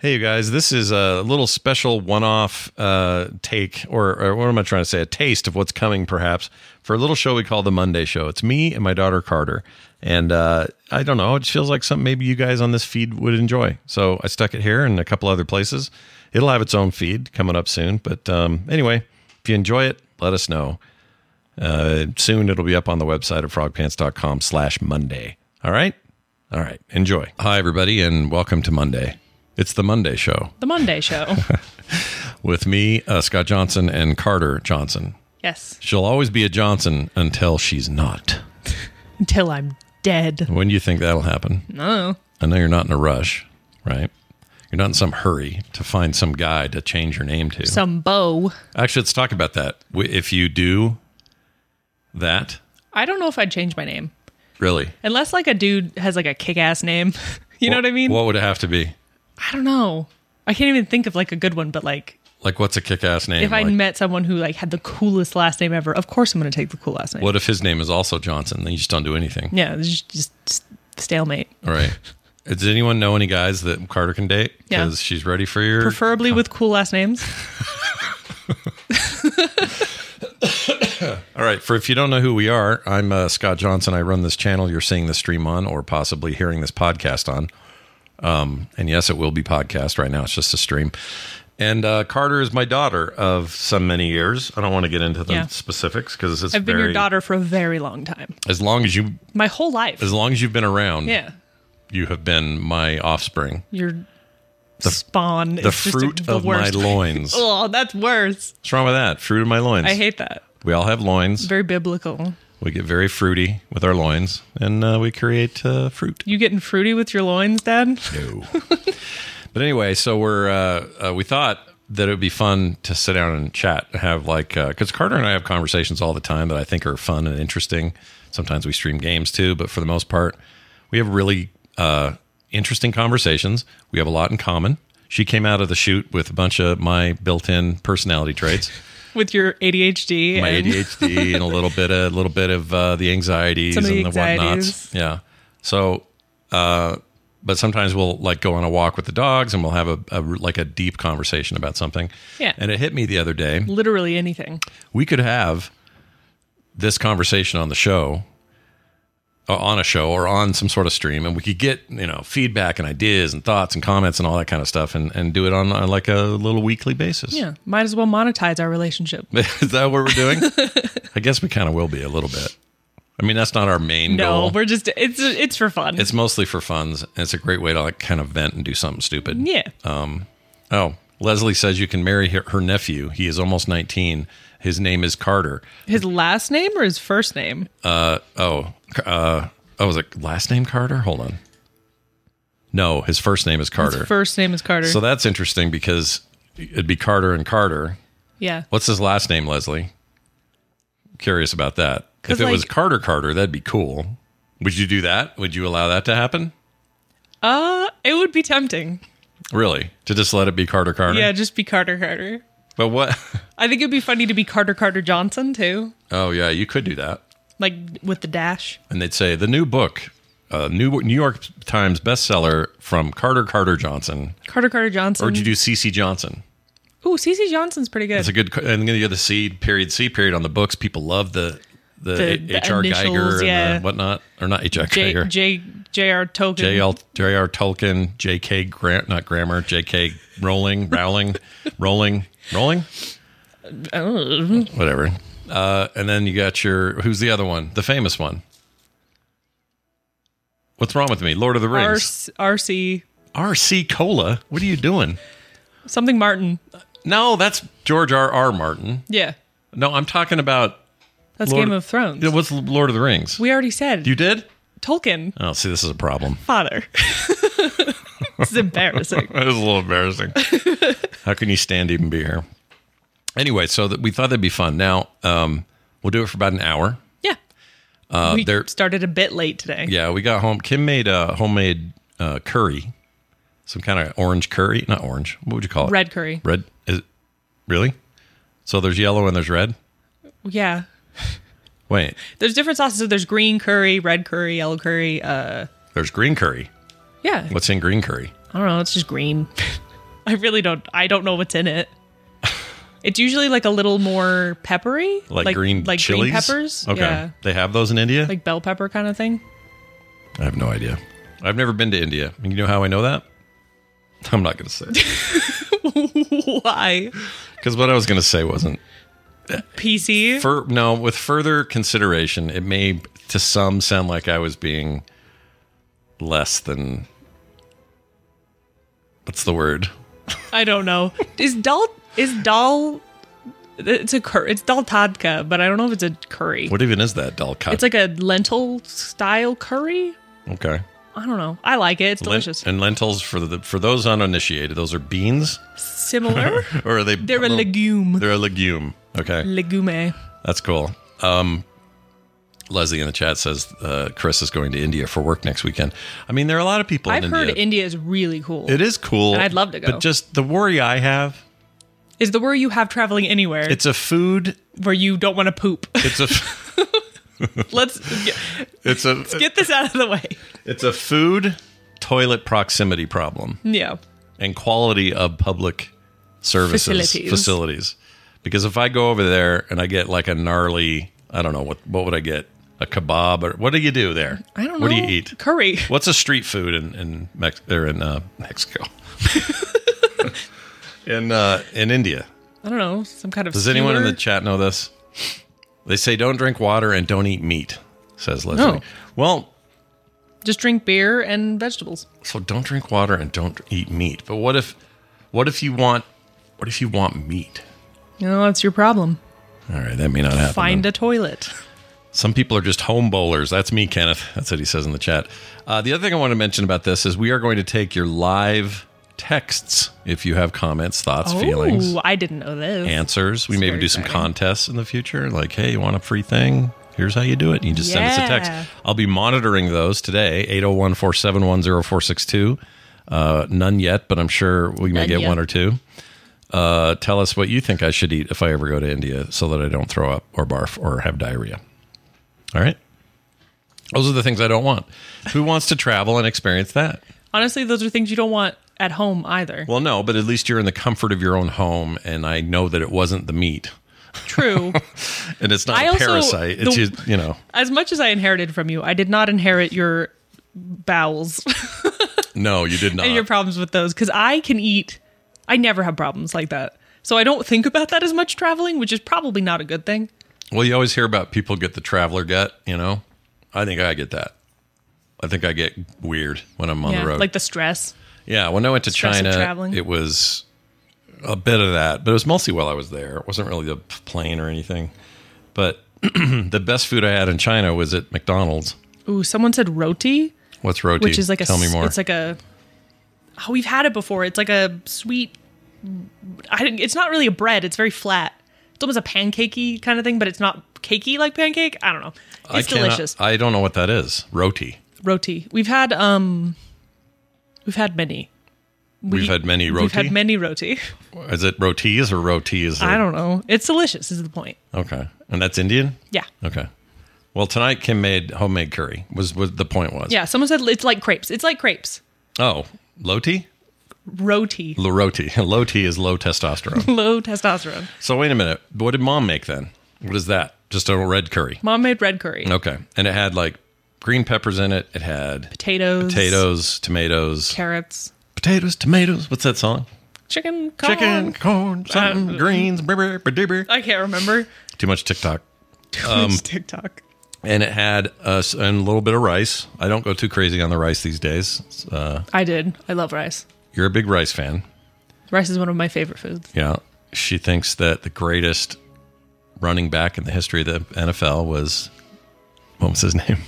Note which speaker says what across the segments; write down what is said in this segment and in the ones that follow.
Speaker 1: Hey, you guys, this is a little special one off uh, take, or, or what am I trying to say? A taste of what's coming, perhaps, for a little show we call The Monday Show. It's me and my daughter, Carter. And uh, I don't know, it feels like something maybe you guys on this feed would enjoy. So I stuck it here and a couple other places. It'll have its own feed coming up soon. But um, anyway, if you enjoy it, let us know. Uh, soon it'll be up on the website at frogpants.com slash Monday. All right? All right. Enjoy. Hi, everybody, and welcome to Monday. It's the Monday show
Speaker 2: The Monday Show.
Speaker 1: with me, uh, Scott Johnson, and Carter Johnson.
Speaker 2: yes.
Speaker 1: She'll always be a Johnson until she's not.
Speaker 2: Until I'm dead.
Speaker 1: When do you think that'll happen?
Speaker 2: No.
Speaker 1: I know you're not in a rush, right? You're not in some hurry to find some guy to change your name to.
Speaker 2: Some bow.
Speaker 1: Actually, let's talk about that. W- If you do that,
Speaker 2: I don't know if I'd change my name.
Speaker 1: really,
Speaker 2: Unless like a dude has like a kick ass name. you know what I mean?
Speaker 1: What would it have to be?
Speaker 2: I don't know. I can't even think of like a good one, but like
Speaker 1: Like, what's a kick-ass name?
Speaker 2: if I
Speaker 1: Like,
Speaker 2: met someone who like had the coolest last name ever, of course I'm gonna take the cool last name.
Speaker 1: what if his name is also Johnson? Then you just don't do anything,
Speaker 2: Yeah, it's just, just stalemate.
Speaker 1: All right? Does anyone know any guys that Carter can date?
Speaker 2: Yeah.
Speaker 1: Because she's ready for your
Speaker 2: Preferably with cool last names.
Speaker 1: All right. For if you don't know who we are, I'm uh, Scott Johnson. I run this channel you're seeing the stream on, or possibly hearing this podcast on. Um, and yes, it will be podcast right now. It's just a stream. And uh, Carter is my daughter of some many years. I don't want to get into the
Speaker 2: Yeah.
Speaker 1: specifics because it's
Speaker 2: I've been your
Speaker 1: very-
Speaker 2: daughter for a very long time.
Speaker 1: as long as you
Speaker 2: My whole life.
Speaker 1: as long as you've been around.
Speaker 2: yeah.
Speaker 1: you have been my offspring,
Speaker 2: Your spawn
Speaker 1: the
Speaker 2: is just a-
Speaker 1: fruit
Speaker 2: the
Speaker 1: of
Speaker 2: worst.
Speaker 1: my loins.
Speaker 2: Oh, that's worse.
Speaker 1: What's wrong with that? Fruit of my loins.
Speaker 2: I hate that.
Speaker 1: We all have loins.
Speaker 2: Very biblical.
Speaker 1: we get very fruity with our loins, and uh, we create uh, fruit.
Speaker 2: You getting fruity with your loins, Dad?
Speaker 1: No. but anyway, so we're uh, uh, we thought that it would be fun to sit down and chat and have like because Carter and I have conversations all the time that I think are fun and interesting. Sometimes we stream games too, but for the most part, we have really uh, interesting conversations. We have a lot in common. She came out of the shoot with a bunch of my built-in personality traits,
Speaker 2: With your ADHD
Speaker 1: my
Speaker 2: and
Speaker 1: ADHD, and a little bit, of, a little bit of uh, the anxieties
Speaker 2: Some of the
Speaker 1: and the whatnots.
Speaker 2: anxieties.
Speaker 1: Yeah. So uh, but sometimes we'll like go on a walk with the dogs and we'll have a, a like a deep conversation about something.
Speaker 2: Yeah.
Speaker 1: And it hit me the other day.
Speaker 2: literally anything.
Speaker 1: We could have this conversation on the show uh, on a show or on some sort of stream and we could get, you know, feedback and ideas and thoughts and comments and all that kind of stuff and and do it on, on like a little weekly basis.
Speaker 2: Yeah. Might as well monetize our relationship.
Speaker 1: Is that what we're doing? I guess we kind of will be a little bit. I mean, that's not our main goal.
Speaker 2: No, we're just it's it's for fun.
Speaker 1: it's mostly for funds and it's a great way to like kind of vent and do something stupid.
Speaker 2: yeah.
Speaker 1: Oh, Leslie says you can marry her, her nephew. He is almost 19. His name is Carter.
Speaker 2: his last name or his first name?
Speaker 1: Oh, uh, oh, was it last name Carter? Hold on. No, his first name is Carter.
Speaker 2: His first name is Carter.
Speaker 1: So that's interesting because it'd be Carter and Carter.
Speaker 2: yeah.
Speaker 1: What's his last name, Leslie? Curious about that.
Speaker 2: 'Cause,
Speaker 1: If it was
Speaker 2: like-
Speaker 1: Carter Carter, that'd be cool. Would you do that? Would you allow that to happen?
Speaker 2: Uh it would be tempting.
Speaker 1: Really? To just let it be Carter Carter?
Speaker 2: Yeah, just be Carter Carter.
Speaker 1: But what?
Speaker 2: I think it'd be funny to be Carter Carter Johnson too.
Speaker 1: Oh, yeah, you could do that.
Speaker 2: Like with the dash.
Speaker 1: and they'd say the new book, uh, new New York Times bestseller from Carter Carter Johnson,
Speaker 2: Carter Carter Johnson.
Speaker 1: or did you do CC Johnson?
Speaker 2: Ooh, CC Johnson's pretty good.
Speaker 1: That's a good, and then you have the C period C period on the books. People love the the,
Speaker 2: The-
Speaker 1: H-
Speaker 2: the
Speaker 1: HR Geiger
Speaker 2: initials,
Speaker 1: and
Speaker 2: yeah.
Speaker 1: the whatnot, or not HR
Speaker 2: J,
Speaker 1: Geiger.
Speaker 2: J J.R. Tolkien.
Speaker 1: J.L. J.R. Tolkien, J.K. Grant, not grammar, J.K. Rowling, Rowling, Rowling, Rowling, whatever. Uh, and then you got your who's the other one? The famous one. What's wrong with me? Lord of the Rings.
Speaker 2: RC, RC
Speaker 1: R.C. Cola. What are you doing?
Speaker 2: something Martin.
Speaker 1: No, that's George R. R. Martin.
Speaker 2: Yeah,
Speaker 1: No, I'm talking about
Speaker 2: that's
Speaker 1: Lord-
Speaker 2: Game of Thrones.
Speaker 1: Yeah, what's Lord of the Rings.
Speaker 2: we already said
Speaker 1: you did?
Speaker 2: Tolkien,
Speaker 1: Oh, see, this is a problem.
Speaker 2: father. this is embarrassing.
Speaker 1: That is a little embarrassing. How can you stand to even be here? Anyway, so that we thought that'd be fun. Now, um, we'll do it for about an hour.
Speaker 2: Yeah,
Speaker 1: Uh,
Speaker 2: we
Speaker 1: there,
Speaker 2: started a bit late today.
Speaker 1: yeah, we got home. Kim made a homemade uh, curry, some kind of orange curry. Not orange. What would you call it?
Speaker 2: Red curry.
Speaker 1: Red. Is, really? So there's yellow and there's red.
Speaker 2: Yeah,
Speaker 1: Wait,
Speaker 2: there's different sauces. So there's green curry, red curry, yellow curry. Uh,
Speaker 1: there's green curry.
Speaker 2: yeah,
Speaker 1: What's in green curry?
Speaker 2: I don't know. It's just green. I really don't. I don't know what's in it. It's usually like a little more peppery,
Speaker 1: Like, green
Speaker 2: like
Speaker 1: chilies?
Speaker 2: green peppers.
Speaker 1: Okay,
Speaker 2: Yeah,
Speaker 1: they have those in India.
Speaker 2: like bell pepper kind of thing.
Speaker 1: I have no idea. I've never been to India. You know how I know that? I'm not going to say it.
Speaker 2: Why
Speaker 1: Because what I was going to say wasn't.
Speaker 2: PC?
Speaker 1: For, no, with further consideration, it may to some sound like I was being less than. What's the word?
Speaker 2: I don't know. Is dal is dal? It's a cur- it's dal tadka, but I don't know if it's a curry.
Speaker 1: What even is that, Dal
Speaker 2: It's like a lentil style curry.
Speaker 1: okay.
Speaker 2: I don't know. I like it. It's
Speaker 1: Len-
Speaker 2: delicious.
Speaker 1: and lentils for the for those uninitiated, those are beans,
Speaker 2: Similar.
Speaker 1: or are they?
Speaker 2: They're a legume.
Speaker 1: They're a legume. Okay.
Speaker 2: Legume.
Speaker 1: That's cool. Um, Leslie in the chat says uh, Chris is going to India for work next weekend. I mean, there are a lot of people
Speaker 2: I've
Speaker 1: in
Speaker 2: heard
Speaker 1: India.
Speaker 2: India is really cool.
Speaker 1: it is cool.
Speaker 2: And I'd love to go.
Speaker 1: But just the worry I have,
Speaker 2: Is the word you have traveling anywhere
Speaker 1: it's a food.
Speaker 2: where you don't want to poop?
Speaker 1: It's a.
Speaker 2: Let's get,
Speaker 1: it's a.
Speaker 2: get this out of the way.
Speaker 1: It's a food toilet proximity problem
Speaker 2: Yeah.
Speaker 1: and quality of public services
Speaker 2: Facilities.
Speaker 1: facilities. Because if I go over there and I get like a gnarly, I don't know what what would I get a kebab or what do you do there?
Speaker 2: I don't know.
Speaker 1: What do you eat?
Speaker 2: Curry.
Speaker 1: What's a street food in in Mex- or in uh, Mexico? in uh, in India.
Speaker 2: I don't know. Some kind of.
Speaker 1: Does anyone in
Speaker 2: skewer?
Speaker 1: the chat know this? They say don't drink water and don't eat meat, says Leslie.
Speaker 2: No.
Speaker 1: Well,
Speaker 2: Just drink beer and vegetables.
Speaker 1: so don't drink water and don't eat meat. But what if what if you want what if you want meat?
Speaker 2: You know, that's your problem.
Speaker 1: All right, that may not happen.
Speaker 2: Find
Speaker 1: then.
Speaker 2: a toilet.
Speaker 1: Some people are just home bowlers. That's me, Kenneth. That's what he says in the chat. Uh, the other thing I want to mention about this is we are going to take your live texts if you have comments, thoughts,
Speaker 2: Oh.
Speaker 1: feelings.
Speaker 2: I didn't know this.
Speaker 1: answers. We
Speaker 2: It's
Speaker 1: maybe
Speaker 2: very
Speaker 1: do some
Speaker 2: exciting.
Speaker 1: contests in the future. Like, hey, you want a free thing? Here's how you do it. You just send us a
Speaker 2: Yeah.
Speaker 1: text. I'll be monitoring those today 801 471 0462. Uh, None yet, but I'm sure we may
Speaker 2: None
Speaker 1: get
Speaker 2: yet.
Speaker 1: one or two. Uh, tell us what you think I should eat if I ever go to India so that I don't throw up or barf or have diarrhea. All right. Those are the things I don't want. Who wants to travel and experience that?
Speaker 2: Honestly, those are things you don't want at home either.
Speaker 1: Well, no, but at least you're in the comfort of your own home. And I know that it wasn't the meat.
Speaker 2: True.
Speaker 1: and it's not
Speaker 2: I
Speaker 1: a
Speaker 2: also-
Speaker 1: parasite. It's
Speaker 2: the-
Speaker 1: you, you know,
Speaker 2: as much as I inherited from you, I did not inherit your bowels
Speaker 1: no, you did not.
Speaker 2: and your problems with those because I can eat. I never have problems like that. So I don't think about that as much traveling, which is probably not a good thing.
Speaker 1: well, you always hear about people get the traveler gut. You know, I think I get that. I think I get weird when I'm on
Speaker 2: yeah,
Speaker 1: the road.
Speaker 2: like the stress.
Speaker 1: yeah, when I went to
Speaker 2: stress of
Speaker 1: China,
Speaker 2: traveling.
Speaker 1: it was a bit of that, but it was mostly while I was there. It wasn't really the plane or anything. But the best food I had in China was at McDonald's.
Speaker 2: Ooh, someone said roti,
Speaker 1: What's roti?
Speaker 2: which is like a
Speaker 1: tell me
Speaker 2: s-
Speaker 1: more.
Speaker 2: It's like a oh, we've had it before. It's like a sweet. I didn't, it's not really a bread. It's very flat. It's almost a pancakey kind of thing, but it's not cakey like pancake. I don't know.
Speaker 1: I
Speaker 2: It's
Speaker 1: cannot- uh,
Speaker 2: delicious.
Speaker 1: I don't know what that is. Roti.
Speaker 2: roti. We've had um, we've had many.
Speaker 1: We, have had many roti.
Speaker 2: We've had many roti.
Speaker 1: is it rotis or rotis? Or,
Speaker 2: I don't know. It's delicious. Is the point?
Speaker 1: Okay, and that's Indian.
Speaker 2: Yeah,
Speaker 1: Okay. Well, tonight Kim made homemade curry. Was was the point was?
Speaker 2: yeah. Someone said it's like crepes. It's like crepes.
Speaker 1: Oh, loti,
Speaker 2: Roti,
Speaker 1: loroti. Loti is low testosterone.
Speaker 2: low testosterone.
Speaker 1: so wait a minute. What did mom make then? What is that? Just a red curry.
Speaker 2: Mom made red curry.
Speaker 1: Okay, and it had like green peppers in it. It had
Speaker 2: Potatoes.
Speaker 1: potatoes, tomatoes,
Speaker 2: Carrots.
Speaker 1: potatoes, tomatoes. What's that song?
Speaker 2: Chicken. Corn. Uh,
Speaker 1: Chicken, corn, something, greens, brr, brr, brr, brr.
Speaker 2: I can't remember.
Speaker 1: Too much TikTok. Um,
Speaker 2: It's TikTok.
Speaker 1: And it had uh, s- and a little bit of rice. I don't go too crazy on the rice these days. Uh,
Speaker 2: I did. I love rice.
Speaker 1: you're a big rice fan.
Speaker 2: Rice is one of my favorite foods.
Speaker 1: Yeah. She thinks that the greatest running back in the history of the NFL was what was his name?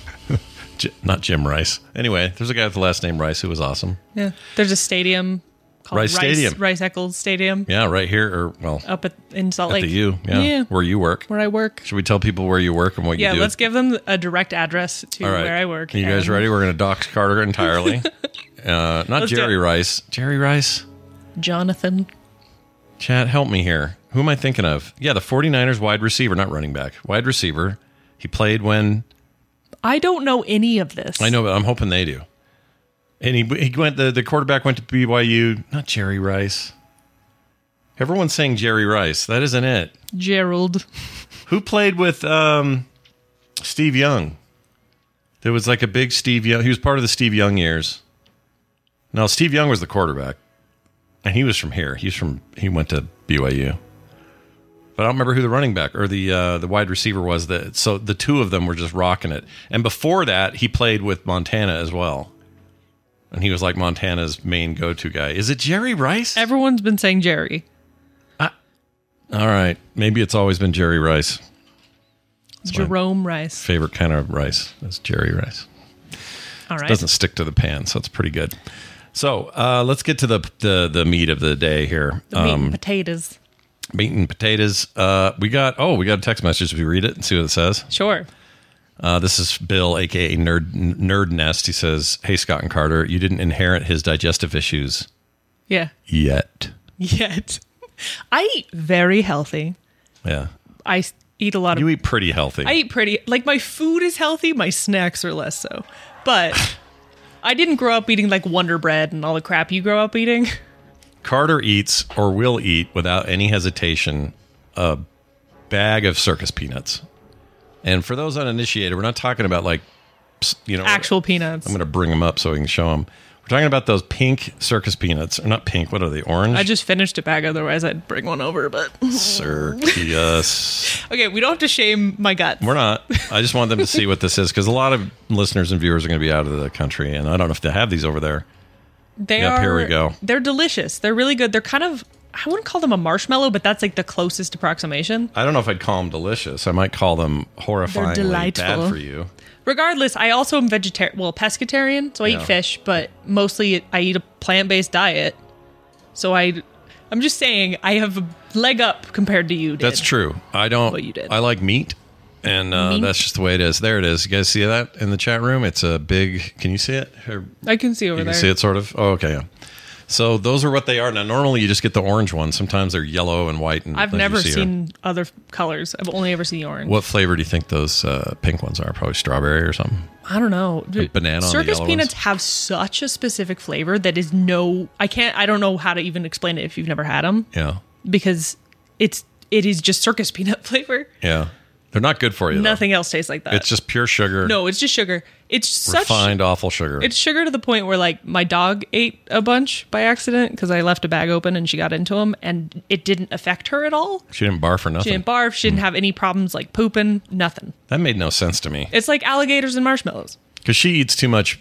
Speaker 1: J- not Jim Rice. Anyway, there's a guy with the last name Rice who was awesome.
Speaker 2: Yeah. There's a stadium called
Speaker 1: Rice Stadium.
Speaker 2: Rice Eccles Stadium
Speaker 1: Yeah, right here or well,
Speaker 2: up at, in Salt
Speaker 1: at
Speaker 2: Lake.
Speaker 1: the U, yeah, where you work.
Speaker 2: Uh, where I work.
Speaker 1: Should we tell people where you work and what
Speaker 2: Yeah,
Speaker 1: you do?
Speaker 2: let's give them a direct address to where I work.
Speaker 1: You guys
Speaker 2: and
Speaker 1: ready? We're going to dox Carter entirely. uh, not
Speaker 2: do
Speaker 1: Jerry
Speaker 2: it.
Speaker 1: Rice. Jerry Rice.
Speaker 2: Jonathan.
Speaker 1: Chat, help me here. Who am I thinking of? Yeah, the 49ers wide receiver, not running back. Wide receiver. He played when
Speaker 2: I don't know any of this.
Speaker 1: I know, but I'm hoping they do. And he he went the, the quarterback went to BYU, not Jerry Rice. Everyone's saying Jerry Rice. That isn't it.
Speaker 2: Gerald.
Speaker 1: Who played with um, Steve Young? There was like a big Steve Young. He was part of the Steve Young years. No, Steve Young was the quarterback, and he was from here. He's from he went to BYU. But I don't remember who the running back or the uh, the wide receiver was. That so the two of them were just rocking it. And before that, he played with Montana as well, and he was like Montana's main go to guy. Is it Jerry Rice?
Speaker 2: Everyone's been saying Jerry.
Speaker 1: All right, maybe it's always been Jerry Rice.
Speaker 2: Jerome Rice.
Speaker 1: favorite kind of rice. That's Jerry rice.
Speaker 2: All right.
Speaker 1: Doesn't stick to the pan, so it's pretty good. So uh, let's get to the, the the meat of the day here. Uh,
Speaker 2: Meat and potatoes.
Speaker 1: meat and potatoes. Uh, we got oh, we got a text message. We read it and see what it says.
Speaker 2: Sure.
Speaker 1: Uh, this is Bill, aka Nerd Nerd Nest. He says, "Hey Scott and Carter, you didn't inherit his digestive issues
Speaker 2: Yeah.
Speaker 1: yet."
Speaker 2: Yet. I eat very healthy.
Speaker 1: Yeah,
Speaker 2: I s- eat a lot of
Speaker 1: you eat pretty healthy.
Speaker 2: I eat pretty like my food is healthy, my snacks are less so. But I didn't grow up eating like Wonder Bread and all the crap you grow up eating.
Speaker 1: Carter eats or will eat without any hesitation a bag of circus peanuts. And for those uninitiated, we're not talking about like, ps- you know,
Speaker 2: Actual peanuts.
Speaker 1: I'm going to bring them up so we can show them. We're talking about those pink circus peanuts. Or not pink, what are they? Orange?
Speaker 2: I just finished a bag, otherwise I'd bring one over. But
Speaker 1: circus.
Speaker 2: okay, we don't have to shame my guts.
Speaker 1: we're not. I just want them to see what this is because a lot of listeners and viewers are going to be out of the country. And I don't know if they have these over there.
Speaker 2: They
Speaker 1: Yep,
Speaker 2: are.
Speaker 1: here we go.
Speaker 2: They're delicious. They're really good. They're kind of. I wouldn't call them a marshmallow, but that's like the closest approximation.
Speaker 1: I don't know if I'd call them delicious. I might call them horrifyingly bad
Speaker 2: delightful.
Speaker 1: for you.
Speaker 2: Regardless, I also am vegetarian. Well, pescatarian, so I
Speaker 1: Yeah.
Speaker 2: eat fish, but mostly I eat a plant-based diet. So I, I'm just saying I have a leg up compared to you. Did.
Speaker 1: That's true. I don't.
Speaker 2: What you did.
Speaker 1: I like meat, and uh,
Speaker 2: Meat?
Speaker 1: that's just the way it is. There it is. You guys see that in the chat room? It's a big. Can you see it? Or
Speaker 2: I can see over
Speaker 1: you
Speaker 2: there.
Speaker 1: can see it sort of. Oh, okay. Yeah. So those are what they are. Now, normally you just get the orange ones. Sometimes they're yellow and white. And
Speaker 2: I've
Speaker 1: as you
Speaker 2: never
Speaker 1: see here.
Speaker 2: seen other colors. I've only ever seen the orange.
Speaker 1: What flavor do you think those uh, pink ones are? Probably strawberry or something.
Speaker 2: I don't know. Dude,
Speaker 1: banana on the
Speaker 2: Circus
Speaker 1: yellow
Speaker 2: peanuts
Speaker 1: ones?
Speaker 2: have such a specific flavor that is no. I can't. I don't know how to even explain it if you've never had them
Speaker 1: Yeah.
Speaker 2: because it's it is just circus peanut flavor.
Speaker 1: Yeah. They're not good for you. though.
Speaker 2: Nothing else tastes like that.
Speaker 1: It's just pure sugar.
Speaker 2: no. It's just sugar. It's such.
Speaker 1: Refined, awful sugar.
Speaker 2: It's sugar to the point where like my dog ate a bunch by accident because I left a bag open and she got into them and it didn't affect her at all.
Speaker 1: she didn't bar for
Speaker 2: She
Speaker 1: nothing.
Speaker 2: didn't barf. She didn't have any problems like pooping. Nothing.
Speaker 1: that made no sense to me.
Speaker 2: It's like alligators and marshmallows.
Speaker 1: because she eats too much,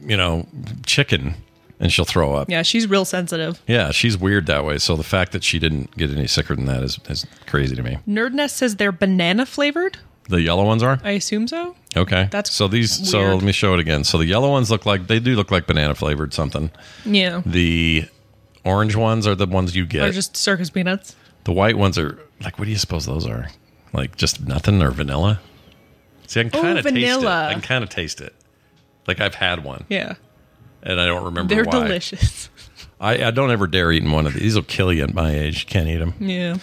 Speaker 1: you know, chicken, and she'll throw up. Yeah.
Speaker 2: Yeah, she's real sensitive.
Speaker 1: she's weird that way. So the fact that she didn't get any sicker than that is is crazy to me.
Speaker 2: Nerdnest says they're banana flavored.
Speaker 1: The yellow ones are
Speaker 2: I assume so.
Speaker 1: okay.
Speaker 2: that's
Speaker 1: so these. So
Speaker 2: weird.
Speaker 1: let me show it again. So the yellow ones look like they do look like banana flavored something.
Speaker 2: Yeah.
Speaker 1: The orange ones are the ones you
Speaker 2: They're
Speaker 1: get.
Speaker 2: just circus peanuts.
Speaker 1: the white ones are like what do you suppose those are? Like just nothing or vanilla? See, I can
Speaker 2: Oh,
Speaker 1: kind of taste it.
Speaker 2: vanilla.
Speaker 1: I can kind of taste it. Like I've had one
Speaker 2: Yeah.
Speaker 1: and I don't remember.
Speaker 2: They're
Speaker 1: why.
Speaker 2: delicious.
Speaker 1: I, I don't ever dare eating one of these. These will kill you at my age. Can't eat them.
Speaker 2: Yeah.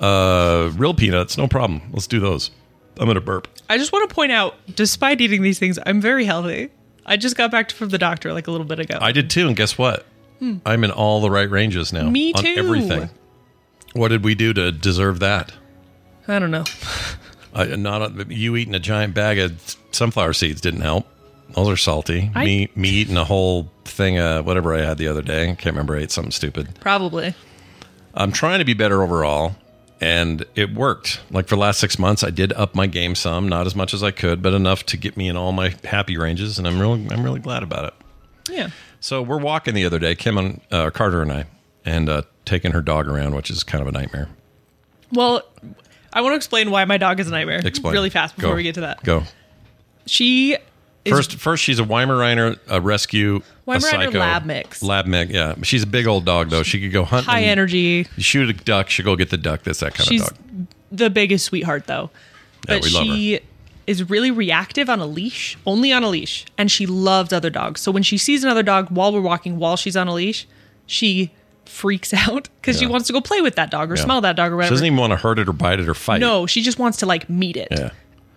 Speaker 1: Uh, real peanuts, no problem. Let's do those. I'm gonna burp.
Speaker 2: I just want to point out, despite eating these things, I'm very healthy. I just got back from the doctor like a little bit ago.
Speaker 1: I did too, and guess what? I'm in all the right ranges now.
Speaker 2: Hmm. Me
Speaker 1: On
Speaker 2: too.
Speaker 1: everything. What did we do to deserve that?
Speaker 2: I don't know.
Speaker 1: Uh, not a, you eating a giant bag of sunflower seeds didn't help. Those are salty.
Speaker 2: I-
Speaker 1: me me eating a whole thing of whatever I had the other day. Can't remember. I ate something stupid.
Speaker 2: Probably.
Speaker 1: I'm trying to be better overall, and it worked. Like for the last six months, I did up my game some, not as much as I could, but enough to get me in all my happy ranges, and I'm really I'm really glad about it.
Speaker 2: Yeah.
Speaker 1: So we're walking the other day, Kim and uh, Carter and I, and uh, taking her dog around, which is kind of a nightmare.
Speaker 2: Well, I want to explain why my dog is a nightmare.
Speaker 1: Explain
Speaker 2: Really fast before
Speaker 1: Go.
Speaker 2: we get to that.
Speaker 1: Go
Speaker 2: She is
Speaker 1: first. First, she's a Weimaraner, a rescue, a
Speaker 2: Weimaraner
Speaker 1: psycho,
Speaker 2: lab mix.
Speaker 1: lab mix. Yeah, she's a big old dog though. She could go hunt,
Speaker 2: high
Speaker 1: and
Speaker 2: energy.
Speaker 1: shoot a duck. She'll go get the duck. That's that kind
Speaker 2: She's
Speaker 1: of dog.
Speaker 2: the biggest sweetheart, though.
Speaker 1: Yeah,
Speaker 2: But
Speaker 1: we love her.
Speaker 2: she is really reactive on a leash, only on a leash, and she loves other dogs. So when she sees another dog while we're walking, while she's on a leash, she freaks out because she
Speaker 1: Yeah.
Speaker 2: wants to go play with that dog or
Speaker 1: Yeah.
Speaker 2: smell that dog or
Speaker 1: She
Speaker 2: whatever.
Speaker 1: doesn't even want to hurt it or bite it or fight.
Speaker 2: no, she just wants to like meet it.
Speaker 1: Yeah.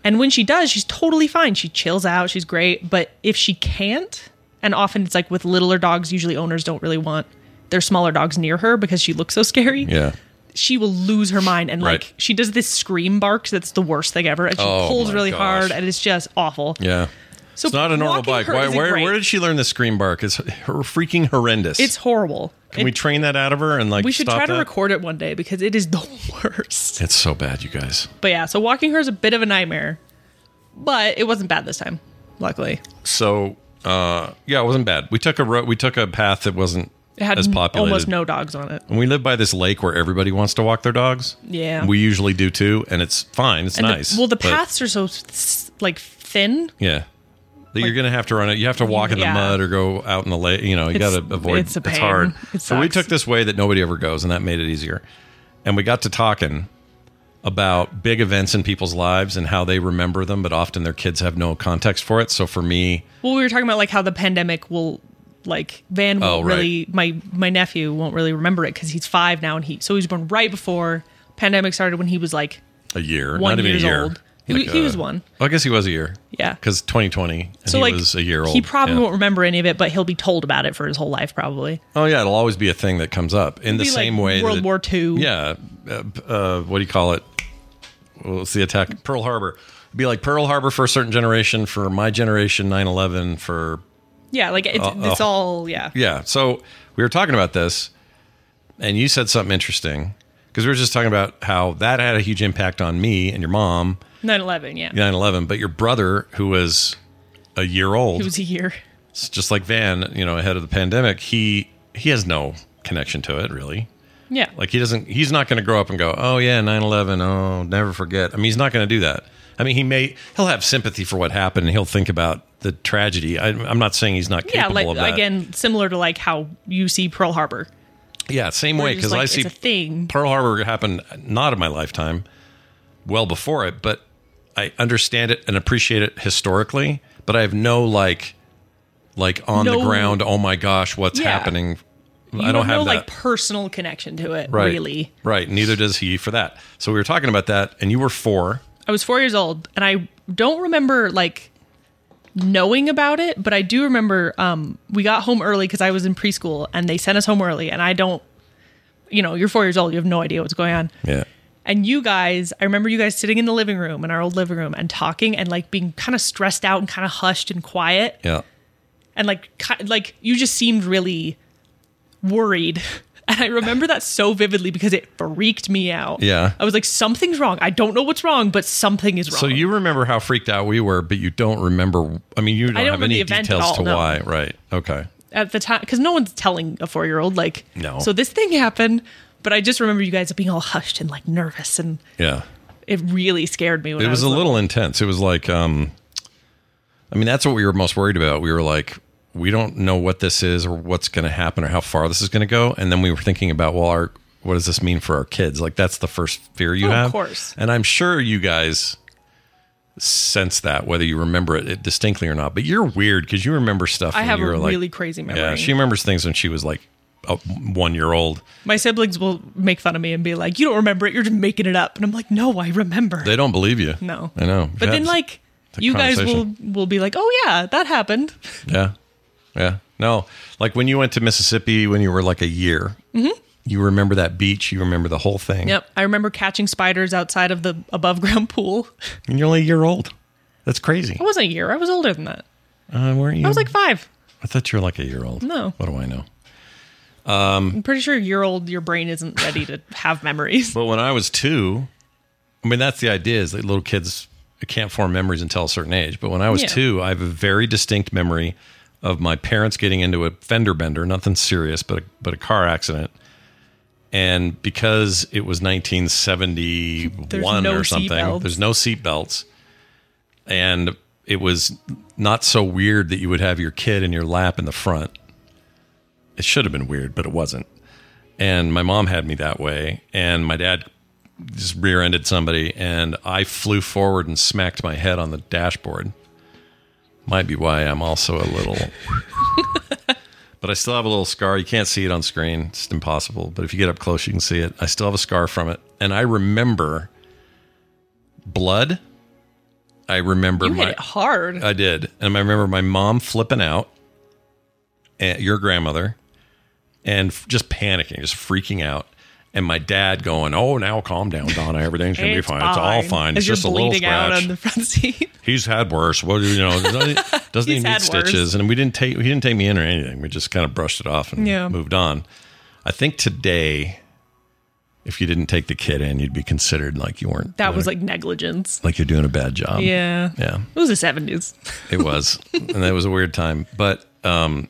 Speaker 2: And when she does, she's totally fine. She chills out. She's great. But if she can't, and often it's like with littler dogs, usually owners don't really want their smaller dogs near her because she looks so scary.
Speaker 1: Yeah.
Speaker 2: She will lose her mind and like
Speaker 1: Right.
Speaker 2: she does this scream bark that's the worst thing ever. And she
Speaker 1: Oh
Speaker 2: pulls
Speaker 1: my
Speaker 2: really
Speaker 1: gosh.
Speaker 2: hard and it's just awful.
Speaker 1: Yeah.
Speaker 2: So
Speaker 1: it's not a normal
Speaker 2: walking
Speaker 1: bike.
Speaker 2: her
Speaker 1: Why,
Speaker 2: isn't
Speaker 1: where,
Speaker 2: great.
Speaker 1: where did she learn the scream bark? It's her freaking horrendous.
Speaker 2: It's horrible.
Speaker 1: Can we
Speaker 2: It-
Speaker 1: train that out of her and like
Speaker 2: we should
Speaker 1: stop
Speaker 2: try to
Speaker 1: that?
Speaker 2: record it one day because it is the worst.
Speaker 1: It's so bad, you guys.
Speaker 2: But yeah, so walking her is a bit of a nightmare. But it wasn't bad this time, luckily.
Speaker 1: So uh, yeah, it wasn't bad. We took a ro- we took a path that wasn't
Speaker 2: It had
Speaker 1: as
Speaker 2: n-
Speaker 1: populated.
Speaker 2: almost no dogs on it.
Speaker 1: And we live by this lake where everybody wants to walk their dogs.
Speaker 2: Yeah.
Speaker 1: we usually do too, and it's fine. It's
Speaker 2: And the-
Speaker 1: nice.
Speaker 2: well, the
Speaker 1: but-
Speaker 2: paths are so th- like thin.
Speaker 1: yeah. That you're gonna have to run it. You have to walk in the
Speaker 2: Yeah.
Speaker 1: mud or go out in the lake. You know, you
Speaker 2: It's-
Speaker 1: gotta avoid.
Speaker 2: it's a pain.
Speaker 1: hard.
Speaker 2: It
Speaker 1: so we
Speaker 2: sucks.
Speaker 1: took this way that nobody ever goes, and that made it easier. And we got to talking about big events in people's lives and how they remember them, but often their kids have no context for it. So for me,
Speaker 2: Well, we were talking about like how the pandemic will like Van will
Speaker 1: Oh,
Speaker 2: not
Speaker 1: right.
Speaker 2: really my my nephew won't really remember it because he's five now and he so he was born right before pandemic started when he was like
Speaker 1: a year,
Speaker 2: One
Speaker 1: not even
Speaker 2: years
Speaker 1: a year.
Speaker 2: old. He- he was one.
Speaker 1: Well, I guess he was a year.
Speaker 2: Yeah.
Speaker 1: because 2020, and
Speaker 2: so
Speaker 1: he
Speaker 2: like
Speaker 1: was a year old.
Speaker 2: He probably
Speaker 1: Yeah.
Speaker 2: won't remember any of it, but he'll be told about it for his whole life probably.
Speaker 1: Oh yeah, it'll always be a thing that comes up in the
Speaker 2: be like
Speaker 1: same way.
Speaker 2: World
Speaker 1: that,
Speaker 2: War II.
Speaker 1: Yeah. Uh, p- uh, what do you call it? Well, it's the attack Pearl Harbor. It'd be like Pearl Harbor for a certain generation, for my generation, 9-11 for
Speaker 2: Yeah, like it's,
Speaker 1: Uh,
Speaker 2: it's all yeah.
Speaker 1: yeah. So we were talking about this, and you said something interesting because we were just talking about how that had a huge impact on me and your mom,
Speaker 2: 9/11, yeah.
Speaker 1: 9-11, but your brother who was a year old,
Speaker 2: It was a year.
Speaker 1: s- just like Van, you know, ahead of the pandemic, he he has no connection to it really.
Speaker 2: Yeah.
Speaker 1: Like he doesn't he's not going to grow up and go, "Oh yeah, 9/11, oh, never forget." I mean, he's not going to do that. I mean, he may he'll have sympathy for what happened and he'll think about the tragedy. I, I'm not saying he's not
Speaker 2: yeah,
Speaker 1: capable
Speaker 2: like
Speaker 1: of that.
Speaker 2: again, similar to like how you see Pearl Harbor.
Speaker 1: yeah, same way
Speaker 2: just
Speaker 1: cuz
Speaker 2: like,
Speaker 1: I
Speaker 2: it's
Speaker 1: see
Speaker 2: a thing.
Speaker 1: Pearl Harbor happened not in my lifetime, well before it, but I understand it and appreciate it historically, but I have no like like on the
Speaker 2: No-
Speaker 1: ground, "Oh my gosh, what's
Speaker 2: Yeah.
Speaker 1: happening?"
Speaker 2: You
Speaker 1: I don't have
Speaker 2: no
Speaker 1: that.
Speaker 2: like personal connection to it
Speaker 1: right.
Speaker 2: really.
Speaker 1: Right, neither does he for that. So we were talking about that and you were 4.
Speaker 2: I was four years old, and I don't remember like knowing about it, but I do remember um, we got home early because I was in preschool, and they sent us home early, and I don't, you know, you're four years old, you have no idea what's going on.
Speaker 1: Yeah.
Speaker 2: And you guys, I remember you guys sitting in the living room, in our old living room, and talking, and like being kind of stressed out and kind of hushed and quiet,
Speaker 1: Yeah.
Speaker 2: and like ki- like you just seemed really worried. And I remember that so vividly because it freaked me out.
Speaker 1: Yeah.
Speaker 2: I was like, something's wrong. I don't know what's wrong, but something is wrong.
Speaker 1: So you remember how freaked out we were, but you don't remember. I mean, you don't,
Speaker 2: don't
Speaker 1: have
Speaker 2: remember
Speaker 1: any
Speaker 2: the event at
Speaker 1: details
Speaker 2: all,
Speaker 1: to
Speaker 2: no.
Speaker 1: why, right? Okay.
Speaker 2: at the time because no one's telling a four year old like
Speaker 1: No.
Speaker 2: so this thing happened but i just remember you guys being all hushed and like nervous and
Speaker 1: Yeah.
Speaker 2: it really scared me when
Speaker 1: It
Speaker 2: I
Speaker 1: was
Speaker 2: was
Speaker 1: a little intense. It was like, um, I mean, that's what we were most worried about. We were like, we don't know what this is or what's going to happen or how far this is going to go. And then we were thinking about, well, our, what does this mean for our kids? Like, that's the first fear you
Speaker 2: Oh, of
Speaker 1: have.
Speaker 2: course.
Speaker 1: And I'm sure you guys sense that, whether you remember it, it distinctly or not. But you're weird because you remember stuff.
Speaker 2: i
Speaker 1: when
Speaker 2: have
Speaker 1: you
Speaker 2: a
Speaker 1: were, like-
Speaker 2: really crazy memory
Speaker 1: Yeah, she remembers things when she was like a one year old.
Speaker 2: my siblings will make fun of me and be like you don't remember it you're just making it up and i'm like no i remember
Speaker 1: They don't believe you.
Speaker 2: no
Speaker 1: I know.
Speaker 2: but
Speaker 1: Yeah,
Speaker 2: then
Speaker 1: it's-
Speaker 2: like
Speaker 1: a
Speaker 2: you guys will
Speaker 1: conversation.
Speaker 2: will be like oh yeah that happened
Speaker 1: yeah, yeah. No, like when you went to Mississippi when you were like a year, You remember that beach. You remember the whole thing.
Speaker 2: Mm-hmm. Yep. I remember catching spiders outside of the above ground pool.
Speaker 1: And you're only a year old. That's crazy.
Speaker 2: I wasn't a year. I was older than that.
Speaker 1: Uh, weren't you?
Speaker 2: I was like five.
Speaker 1: I thought you were like a year old.
Speaker 2: No.
Speaker 1: What do I know?
Speaker 2: I'm pretty sure year old, your brain isn't ready to have memories.
Speaker 1: But when I was two, I mean, that's the idea is that little kids can't form memories until a certain age. But when I was
Speaker 2: Yeah.
Speaker 1: two, I have a very distinct memory of my parents getting into a fender bender, nothing serious, but a, but a car accident. And because it was 1971
Speaker 2: no
Speaker 1: or something,
Speaker 2: seatbelts.
Speaker 1: there's no seatbelts. And it was not so weird that you would have your kid in your lap in the front. It should have been weird, but it wasn't. And my mom had me that way. And my dad just rear ended somebody and I flew forward and smacked my head on the dashboard. Might be why I'm also a little. but I still have a little scar. You can't see it on screen, it's just impossible. But if you get up close, you can see it. I still have a scar from it. And I remember blood. I remember
Speaker 2: You
Speaker 1: my.
Speaker 2: hit it hard.
Speaker 1: I did. And I remember my mom flipping out, and your grandmother, and f- just panicking, just freaking out. And my dad going, Oh, now calm down, Donna. Everything's going to be fine. It's all fine. It's
Speaker 2: As you're
Speaker 1: just a little
Speaker 2: bleeding out
Speaker 1: scratch.
Speaker 2: on the front seat.
Speaker 1: He's had worse. What do you know? Doesn't, doesn't
Speaker 2: He's
Speaker 1: even need
Speaker 2: had worse.
Speaker 1: stitches. And we didn't take, he didn't take me in or anything. We just kind of brushed it off and
Speaker 2: Yeah.
Speaker 1: moved on. I think today, if you didn't take the kid in, you'd be considered like you weren't.
Speaker 2: That
Speaker 1: doing
Speaker 2: was
Speaker 1: a-
Speaker 2: like negligence.
Speaker 1: like you're doing a bad job.
Speaker 2: yeah.
Speaker 1: Yeah.
Speaker 2: It was the 70s.
Speaker 1: It was, and that was a weird time. But um,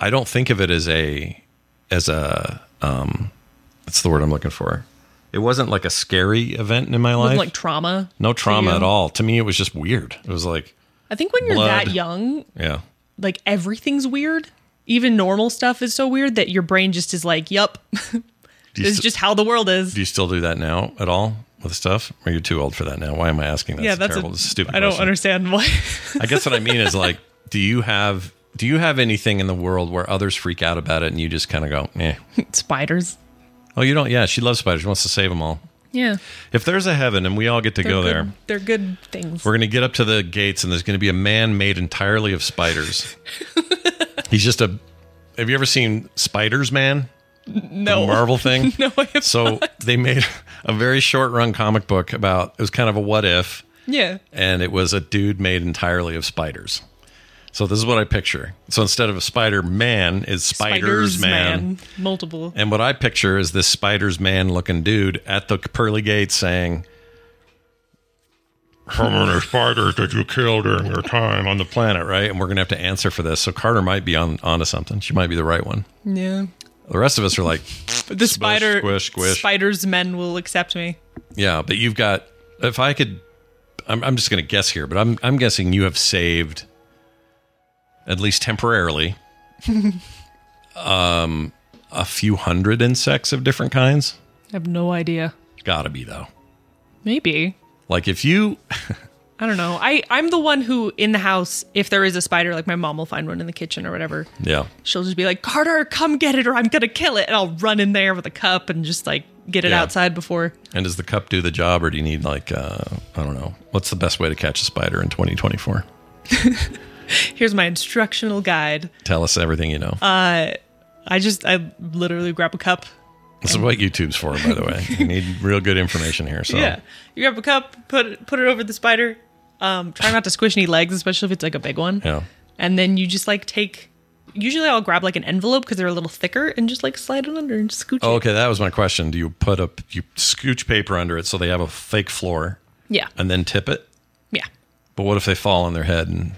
Speaker 1: I don't think of it as a as a um, that's the word I'm looking for. It wasn't like a scary event in my life.
Speaker 2: Wasn't like trauma.
Speaker 1: no trauma
Speaker 2: you.
Speaker 1: at all. To me, it was just weird. It was like,
Speaker 2: I think when you're
Speaker 1: Blood.
Speaker 2: that young,
Speaker 1: yeah,
Speaker 2: like everything's weird. Even normal stuff is so weird that your brain just is like, yup,
Speaker 1: do you,
Speaker 2: it's
Speaker 1: st-
Speaker 2: just how the world is.
Speaker 1: do you still do that now at all with stuff? Or you're too old for that now? Why am I asking that?
Speaker 2: yeah,
Speaker 1: It's
Speaker 2: that's
Speaker 1: terrible.
Speaker 2: a
Speaker 1: It's a stupid.
Speaker 2: I don't
Speaker 1: question.
Speaker 2: understand why.
Speaker 1: I guess what I mean is like, do you have do you have anything in the world where others freak out about it and you just kind of go, eh?
Speaker 2: Spiders.
Speaker 1: Oh, you don't? Yeah, she loves spiders. She wants to save them all.
Speaker 2: Yeah.
Speaker 1: If there's a heaven and we all get to go
Speaker 2: good,
Speaker 1: there,
Speaker 2: They're good things.
Speaker 1: we're going to get up to the gates and there's going to be a man made entirely of spiders. He's just a. Have you ever seen Spiders Man?
Speaker 2: no.
Speaker 1: The Marvel thing?
Speaker 2: No, I have
Speaker 1: So they made a very short run comic book about it was kind of a what if,
Speaker 2: Yeah.
Speaker 1: and it was a dude made entirely of spiders. So this is what I picture. So instead of a Spider Man, is Spiders, man.
Speaker 2: Multiple.
Speaker 1: And what I picture is this Spider's Man looking dude at the pearly gates saying, How many spiders did you kill during your time on the planet, right? And we're going to have to answer for this. So Carter might be on onto something. She might be the right one.
Speaker 2: Yeah.
Speaker 1: The rest of us are like,
Speaker 2: But the spider
Speaker 1: squish, squish.
Speaker 2: spiders men will accept me.
Speaker 1: Yeah, but you've got, if I could, I'm, I'm just going to guess here, but I'm, I'm guessing you have saved, at least temporarily, um, a few hundred insects of different kinds.
Speaker 2: I have no idea.
Speaker 1: Gotta be, though.
Speaker 2: Maybe.
Speaker 1: Like if you
Speaker 2: I don't know. I, I'm the one who in the house, if there is a spider, like my mom will find one in the kitchen or whatever.
Speaker 1: Yeah.
Speaker 2: She'll just be like, Carter, come get it or I'm gonna kill it and I'll run in there with a cup and just like get it
Speaker 1: Yeah.
Speaker 2: outside before
Speaker 1: And does the cup do the job or do you need like uh I don't know. What's the best way to catch a spider in 2024?
Speaker 2: here's my instructional guide.
Speaker 1: Tell us everything you know.
Speaker 2: Uh, I just I literally grab a cup.
Speaker 1: this is what YouTube's for, by the way. You need real good information here. So
Speaker 2: Yeah. You grab a cup, put it put it over the spider. Um try not to squish any legs, especially if it's like a big one.
Speaker 1: yeah.
Speaker 2: and then you just like take usually i'll grab like an envelope because they're a little thicker and just like slide it under and just scooch
Speaker 1: Oh,
Speaker 2: it
Speaker 1: okay, that was my question. Do you put up you scooch paper under it so they have a fake floor
Speaker 2: yeah
Speaker 1: and then tip it?
Speaker 2: yeah
Speaker 1: But what if they fall on their head and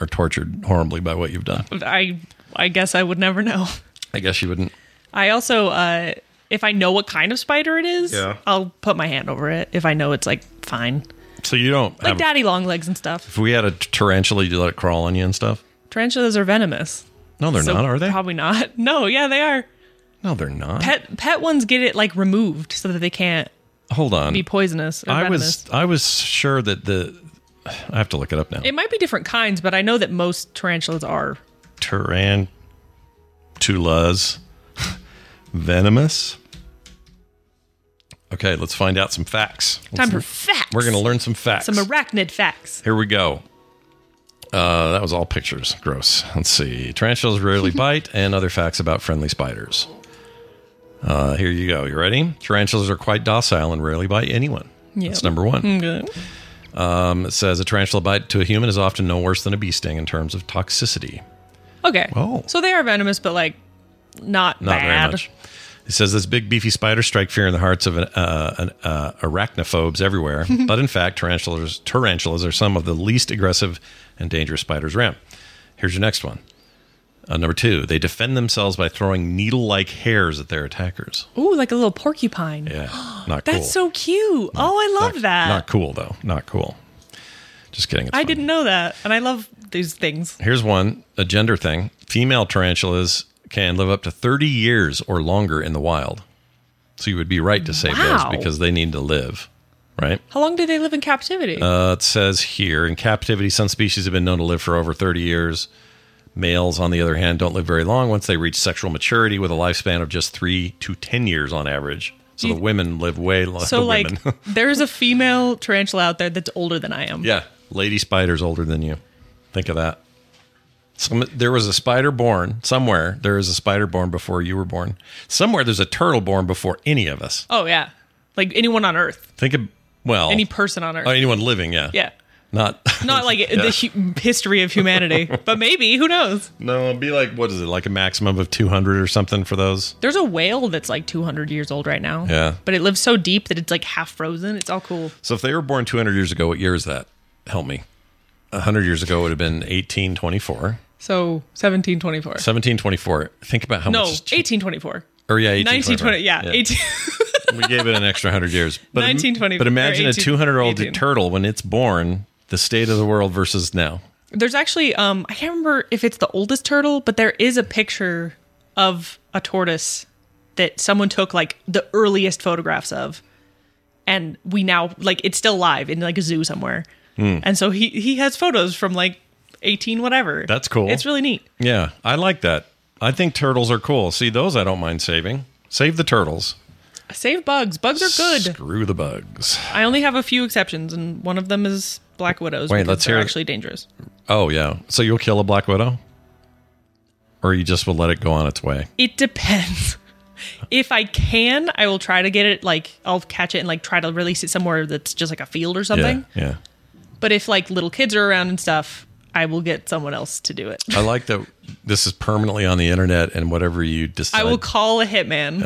Speaker 1: are tortured horribly by what you've done?
Speaker 2: i i guess i would never know
Speaker 1: I guess you wouldn't.
Speaker 2: i also uh if i know what kind of spider it is
Speaker 1: Yeah.
Speaker 2: i'll put my hand over it if i know it's like fine
Speaker 1: So you don't
Speaker 2: like
Speaker 1: have,
Speaker 2: daddy long legs and stuff
Speaker 1: If we had a tarantula, you let it crawl on you and stuff?
Speaker 2: tarantulas are venomous
Speaker 1: No, they're
Speaker 2: So
Speaker 1: not, are they?
Speaker 2: probably not no yeah they are
Speaker 1: no, they're not.
Speaker 2: pet pet ones get it like removed so that they can't
Speaker 1: Hold on.
Speaker 2: be poisonous or
Speaker 1: I
Speaker 2: venomous.
Speaker 1: was I was sure that the I have to look it up now.
Speaker 2: it might be different kinds but i know that most tarantulas are
Speaker 1: Tarantulas venomous. Okay, let's find out some facts.
Speaker 2: time for
Speaker 1: Let's-
Speaker 2: facts
Speaker 1: We're going to learn some facts.
Speaker 2: Some arachnid facts.
Speaker 1: Here we go. Uh, that was all pictures. Gross. Let's see. Tarantulas rarely bite, and other facts about friendly spiders. Uh, here you go. You ready? Tarantulas are quite docile and rarely bite anyone.
Speaker 2: Yeah.
Speaker 1: That's number one.
Speaker 2: Okay.
Speaker 1: Um, it says a tarantula bite to a human is often no worse than a bee sting in terms of toxicity.
Speaker 2: Okay.
Speaker 1: Oh.
Speaker 2: So they are venomous, but like not,
Speaker 1: Not
Speaker 2: bad.
Speaker 1: very much. It says this big beefy spider strike fear in the hearts of an, uh, an, uh, arachnophobes everywhere, but in fact, tarantulas tarantulas are some of the least aggressive and dangerous spiders around. Here's your next one. Uh, number two, they defend themselves by throwing needle-like hairs at their attackers.
Speaker 2: Ooh, like a little porcupine.
Speaker 1: Yeah, not cool.
Speaker 2: That's so cute. oh, I love
Speaker 1: not,
Speaker 2: that.
Speaker 1: Not cool though. Not cool. Just kidding. It's
Speaker 2: I
Speaker 1: fine.
Speaker 2: didn't know that, and I love these things.
Speaker 1: Here's one a gender thing. Female tarantulas can live up to 30 years or longer in the wild. So you would be right to save
Speaker 2: Wow.
Speaker 1: those because they need to live, right?
Speaker 2: How long do they live in captivity?
Speaker 1: Uh, it says here in captivity, some species have been known to live for over 30 years. Males, on the other hand, don't live very long once they reach sexual maturity with a lifespan of just three to 10 years on average. So
Speaker 2: You-
Speaker 1: the women live way longer.
Speaker 2: so like,
Speaker 1: women.
Speaker 2: there's a female tarantula out there that's older than I am.
Speaker 1: Yeah, lady spider's older than you. Think of that. Some, there was a spider born somewhere. There is a spider born before you were born. Somewhere there's a turtle born before any of us.
Speaker 2: Oh yeah, like anyone on Earth,
Speaker 1: Think of well,
Speaker 2: any person on Earth.
Speaker 1: oh, anyone living. Yeah,
Speaker 2: yeah,
Speaker 1: Not
Speaker 2: not like the hu- history of humanity, but maybe who knows?
Speaker 1: no. It'd be like what is it? Like a maximum of two hundred or something for those.
Speaker 2: There's a whale that's like 200 years old right now.
Speaker 1: Yeah.
Speaker 2: but it lives so deep that it's like half frozen. It's all cool.
Speaker 1: So if they were born two hundred years ago, what year is that? Help me. hundred years ago would have been eighteen twenty four.
Speaker 2: So 1724.
Speaker 1: Seventeen twenty four. Think about how
Speaker 2: no,
Speaker 1: much. is cheap-
Speaker 2: 1824.
Speaker 1: Or yeah, 1824.
Speaker 2: 1920. Yeah, 18.
Speaker 1: we gave it an extra 100 years. But,
Speaker 2: 1920
Speaker 1: but imagine a
Speaker 2: or 18
Speaker 1: 200 year old
Speaker 2: 18.
Speaker 1: turtle when it's born, the state of the world versus now.
Speaker 2: There's actually um I can't remember if it's the oldest turtle, but there is a picture of a tortoise that someone took like the earliest photographs of. And we now like it's still live in like a zoo somewhere.
Speaker 1: Hmm.
Speaker 2: And so he he has photos from like 18 whatever.
Speaker 1: That's cool.
Speaker 2: It's really neat.
Speaker 1: Yeah, I like that. I think turtles are cool. See, those I don't mind saving. Save the turtles.
Speaker 2: Save bugs. Bugs are good.
Speaker 1: Screw the bugs.
Speaker 2: I only have a few exceptions and one of them is black widows
Speaker 1: Wait,
Speaker 2: because
Speaker 1: let's
Speaker 2: they're
Speaker 1: hear-
Speaker 2: actually dangerous.
Speaker 1: Oh, yeah. So you'll kill a black widow? Or you just will let it go on its way?
Speaker 2: It depends. if I can, I will try to get it. Like I'll catch it and like try to release it somewhere that's just like a field or something.
Speaker 1: Yeah. Yeah.
Speaker 2: But if like little kids are around and stuff, I will get someone else to do it.
Speaker 1: I like that this is permanently on the internet and whatever you decide.
Speaker 2: I will call a hitman.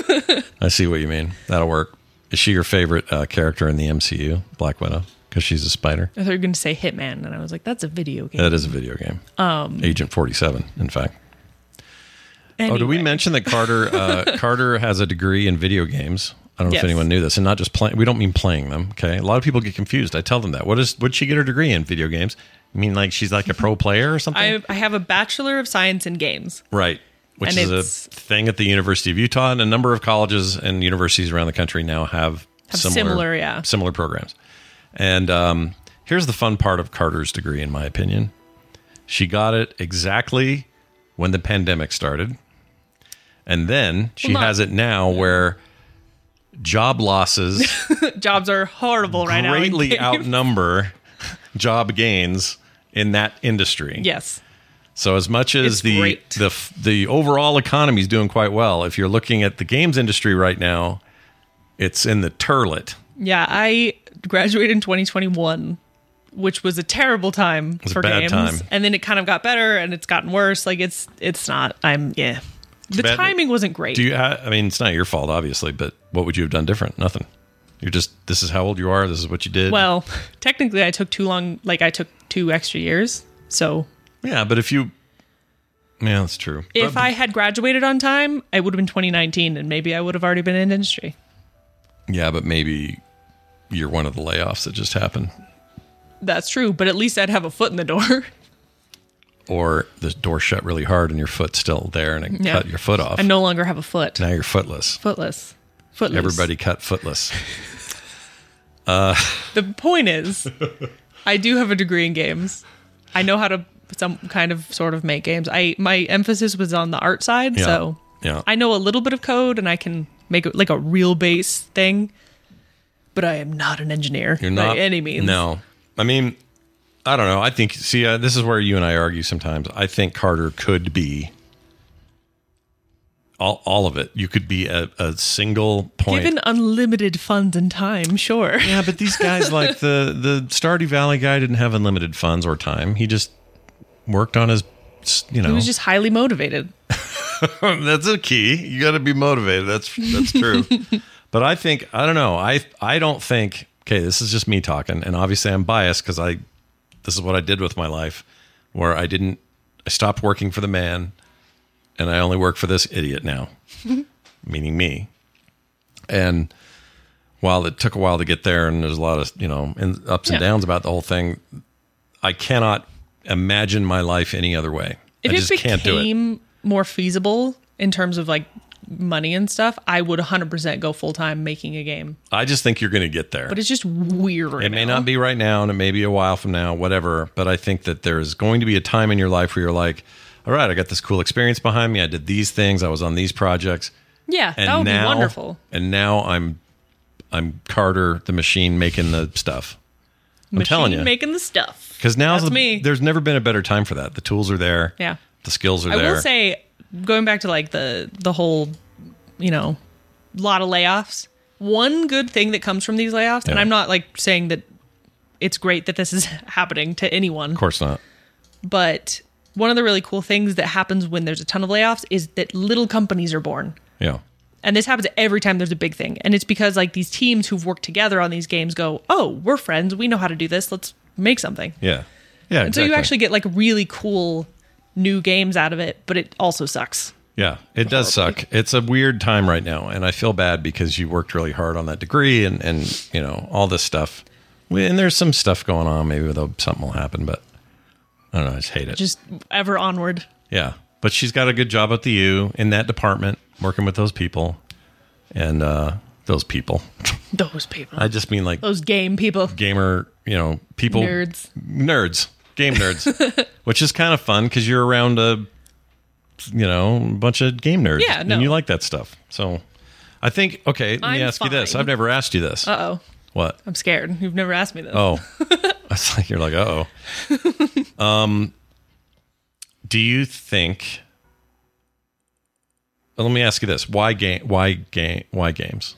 Speaker 1: Okay. I see what you mean. That'll work. Is she your favorite uh, character in the MCU, Black Widow? Because she's a spider.
Speaker 2: I thought you were going to say hitman, and I was like, that's a video game.
Speaker 1: That is a video game. Um, Agent 47, in fact. Oh, did we
Speaker 2: Anyway.
Speaker 1: mention that Carter uh, Carter has a degree in video games? I don't know
Speaker 2: Yes.
Speaker 1: if anyone knew this, and not just playing. We don't mean playing them. Okay, a lot of people get confused. I tell them that. What is? Would she get her degree in video games? I mean, like she's like a pro player or something,
Speaker 2: I, I have a bachelor of science in games.
Speaker 1: right? Which
Speaker 2: And
Speaker 1: is a
Speaker 2: it's-
Speaker 1: thing at the University of Utah, and a number of colleges and universities around the country now have,
Speaker 2: Have similar, yeah.
Speaker 1: similar programs. And um, here's the fun part of Carter's degree, in my opinion. She got it exactly when the pandemic started. And then she
Speaker 2: Well, not-
Speaker 1: has it now where job losses
Speaker 2: Jobs are horrible right now. in
Speaker 1: greatly
Speaker 2: games.
Speaker 1: outnumber job gains in that industry.
Speaker 2: Yes.
Speaker 1: So as much as
Speaker 2: It's
Speaker 1: the
Speaker 2: great.
Speaker 1: the f- the overall economy is doing quite well, if you're looking at the games industry right now, it's in the turlet.
Speaker 2: Yeah, I graduated in 2021, which was a terrible time
Speaker 1: was a
Speaker 2: for
Speaker 1: bad
Speaker 2: games.
Speaker 1: time.
Speaker 2: And then it kind of got better, and it's gotten worse. Like it's it's not. I'm yeah. The
Speaker 1: bad.
Speaker 2: timing wasn't great.
Speaker 1: Do you? ha- I mean, it's not your fault, obviously, but what would you have done different? Nothing. You're just this is how old you are. This is what you did.
Speaker 2: well, technically, I took too long. Like I took two extra years. So
Speaker 1: yeah, but if you, yeah, that's true.
Speaker 2: if
Speaker 1: But-
Speaker 2: I had graduated on time, I would have been 2019, and maybe I would have already been in industry.
Speaker 1: yeah, but maybe you're one of the layoffs that just happened,
Speaker 2: That's true, but at least I'd have a foot in the door.
Speaker 1: or the door shut really hard and your foot's still there and it
Speaker 2: Yeah.
Speaker 1: cut your foot off.
Speaker 2: I no longer have a foot.
Speaker 1: Now you're footless.
Speaker 2: Footless. Footless.
Speaker 1: Everybody cut footless.
Speaker 2: The point is, I do have a degree in games. I know how to some kind of sort of make games. I my emphasis was on the art side,
Speaker 1: Yeah.
Speaker 2: so
Speaker 1: Yeah.
Speaker 2: I know a little bit of code and I can make it like a real base thing. But I am not an engineer
Speaker 1: You're not
Speaker 2: by any means.
Speaker 1: No, I mean, I don't know. I think. See, uh, this is where you and I argue sometimes. I think Carter could be all, all of it. You could be a, a single point.
Speaker 2: Given unlimited funds and time, sure.
Speaker 1: yeah, but these guys like the the Stardew Valley guy didn't have unlimited funds or time. He just worked on his, you know.
Speaker 2: He was just highly motivated.
Speaker 1: that's a key. You got to be motivated. That's that's true. but I think I don't know. I I don't think. Okay, this is just me talking, and obviously I'm biased because I this is what I did with my life, where I didn't I stopped working for the man, and I only work for this idiot now, meaning me. And while it took a while to get there, and there's a lot of you know and ups and
Speaker 2: Yeah.
Speaker 1: downs about the whole thing, I cannot imagine my life any other way.
Speaker 2: If
Speaker 1: I just
Speaker 2: it
Speaker 1: can't do it.
Speaker 2: became more feasible in terms of like money and stuff, I would 100% go full time making a game.
Speaker 1: I just think you're going to get there.
Speaker 2: But it's just weird. Right
Speaker 1: it may
Speaker 2: now.
Speaker 1: not be right now, and it may be a while from now, whatever. But I think that there is going to be a time in your life where you're like, all right, I got this cool experience behind me. I did these things. I was on these projects.
Speaker 2: Yeah,
Speaker 1: And
Speaker 2: that would
Speaker 1: now,
Speaker 2: be wonderful.
Speaker 1: And now I'm, I'm Carter the machine making the stuff. I'm
Speaker 2: Machine
Speaker 1: telling you,
Speaker 2: making the stuff.
Speaker 1: because now's
Speaker 2: That's
Speaker 1: the,
Speaker 2: me.
Speaker 1: There's never been a better time for that. The tools are there.
Speaker 2: Yeah.
Speaker 1: The skills are
Speaker 2: I
Speaker 1: there.
Speaker 2: will say, going back to like the the whole, you know, lot of layoffs. One good thing that comes from these layoffs, and
Speaker 1: Yeah.
Speaker 2: I'm not like saying that it's great that this is happening to anyone,
Speaker 1: of course not.
Speaker 2: but one of the really cool things that happens when there's a ton of layoffs is that little companies are born.
Speaker 1: Yeah.
Speaker 2: And this happens every time there's a big thing. And it's because like these teams who've worked together on these games go, "Oh, we're friends. We know how to do this. Let's make something."
Speaker 1: Yeah. Yeah.
Speaker 2: And so you
Speaker 1: exactly.
Speaker 2: actually get like really cool new games out of it, but it also sucks.
Speaker 1: Yeah, it does suck. It's a weird time right now, and I feel bad because you worked really hard on that degree, and and you know all this stuff. We- And there's some stuff going on. Maybe though something will happen, but I don't know. I just hate it.
Speaker 2: Just ever onward.
Speaker 1: yeah, but she's got a good job at the U in that department, working with those people, and uh those people.
Speaker 2: Those people.
Speaker 1: I just mean like
Speaker 2: Those game people.
Speaker 1: gamer, you know, people
Speaker 2: Nerds.
Speaker 1: nerds, game nerds, which is kind of fun because you're around a, you know, bunch of game nerds.
Speaker 2: Yeah, no.
Speaker 1: and you like that stuff. So, I think okay. Let me
Speaker 2: I'm
Speaker 1: ask you this.
Speaker 2: fine.
Speaker 1: I've never asked you this.
Speaker 2: Uh oh.
Speaker 1: what?
Speaker 2: I'm scared. You've never asked me this.
Speaker 1: Oh, it's like you're like, uh oh. um, do you think? Let me ask you this: Why game? Why game? Why games?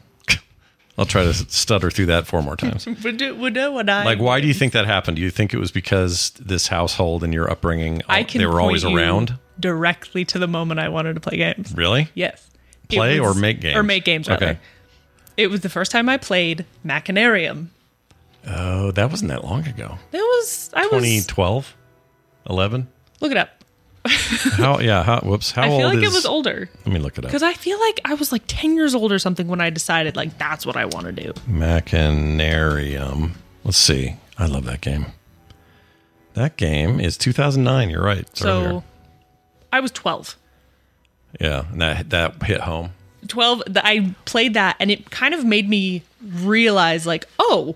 Speaker 1: I'll try to stutter through that four more times.
Speaker 2: Would do, would do what I
Speaker 1: Like, why do you think that happened? Do you think it was because this household and your upbringing,
Speaker 2: I
Speaker 1: all-
Speaker 2: can
Speaker 1: oh, they were always
Speaker 2: point you
Speaker 1: around?
Speaker 2: directly to the moment I wanted to play games.
Speaker 1: Really?
Speaker 2: Yes. It
Speaker 1: Play
Speaker 2: was-
Speaker 1: or make games?
Speaker 2: Or make games, rather.
Speaker 1: Okay.
Speaker 2: It was the first time I played Machinarium.
Speaker 1: Oh, that wasn't that long ago.
Speaker 2: That was I was
Speaker 1: 2012? 11?
Speaker 2: look it up.
Speaker 1: How, yeah, how, whoops. How
Speaker 2: I
Speaker 1: old
Speaker 2: feel like
Speaker 1: is,
Speaker 2: it was older.
Speaker 1: Let me look it
Speaker 2: Because
Speaker 1: up.
Speaker 2: I feel like I was like 10 years old or something when I decided, like, that's what I want to do.
Speaker 1: Machinarium. Let's see. I love that game. That game is 2009. You're right. It's earlier.
Speaker 2: So I was 12.
Speaker 1: yeah, and that, that hit home.
Speaker 2: 12 th- i played that and it kind of made me realize like oh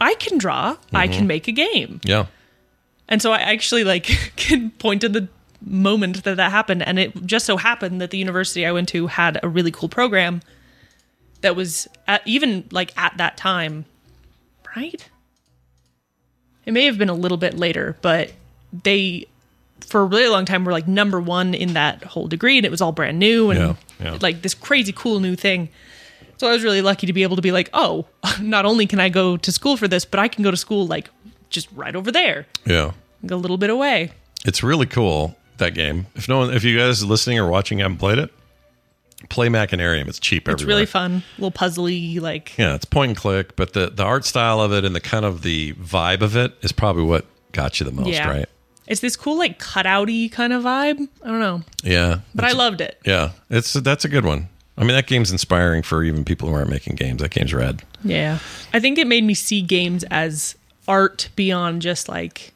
Speaker 2: i can draw i can make a game
Speaker 1: Yeah.
Speaker 2: and so i actually like can point to the moment that that happened and it just so happened that the university i went to had a really cool program that was at, even like at that time right it may have been a little bit later but they for a really long time were like number one in that whole degree and it was all brand new and
Speaker 1: Yeah, yeah.
Speaker 2: like this crazy cool new thing so i was really lucky to be able to be like oh not only can i go to school for this but i can go to school like just right over there
Speaker 1: Yeah.
Speaker 2: like a little bit away
Speaker 1: It's really cool that game. If no one, if you guys listening or watching haven't played it, play Machinarium. It's cheap
Speaker 2: It's
Speaker 1: everywhere.
Speaker 2: really fun, little puzzly, like
Speaker 1: Yeah, it's point and click, but the the art style of it and the kind of the vibe of it is probably what got you the most,
Speaker 2: yeah.
Speaker 1: right?
Speaker 2: It's this cool like cutouty kind of vibe. I don't know,
Speaker 1: Yeah,
Speaker 2: but I loved it.
Speaker 1: yeah. It's that's a good one. I mean, that game's inspiring for even people who aren't making games. That game's rad.
Speaker 2: Yeah, I think it made me see games as art beyond just like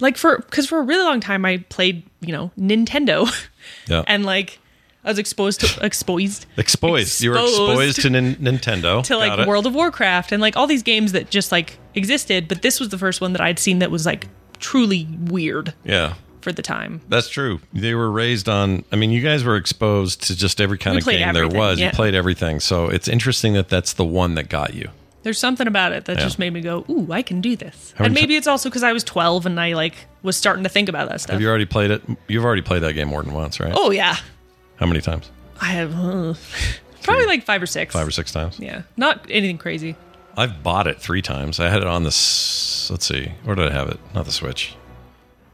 Speaker 2: like for because for a really long time I played you know Nintendo
Speaker 1: Yeah,
Speaker 2: and like I was exposed to exposed
Speaker 1: exposed. You were exposed
Speaker 2: exposed
Speaker 1: to nin- Nintendo.
Speaker 2: to like
Speaker 1: Got it.
Speaker 2: World of Warcraft and like all these games that just like existed, but this was the first one that I'd seen that was like truly weird
Speaker 1: Yeah,
Speaker 2: for the time.
Speaker 1: that's true. They were raised on. I mean, you guys were exposed to just every kind
Speaker 2: We
Speaker 1: of
Speaker 2: played
Speaker 1: game there
Speaker 2: everything,
Speaker 1: was. You
Speaker 2: yeah.
Speaker 1: played everything, so it's interesting that that's the one that got you.
Speaker 2: There's something about it that
Speaker 1: Yeah.
Speaker 2: just made me go, "Ooh, I can do this."
Speaker 1: How
Speaker 2: and
Speaker 1: many ti-
Speaker 2: maybe it's also because I was 12 and I like was starting to think about that stuff.
Speaker 1: Have you already played it? You've already played that game more than once, right?
Speaker 2: oh yeah,
Speaker 1: How many times?
Speaker 2: I have uh, probably like five or six.
Speaker 1: five or six times.
Speaker 2: Yeah, not anything crazy.
Speaker 1: I've bought it three times. I had it on the. s- Let's see, where did I have it? Not the Switch.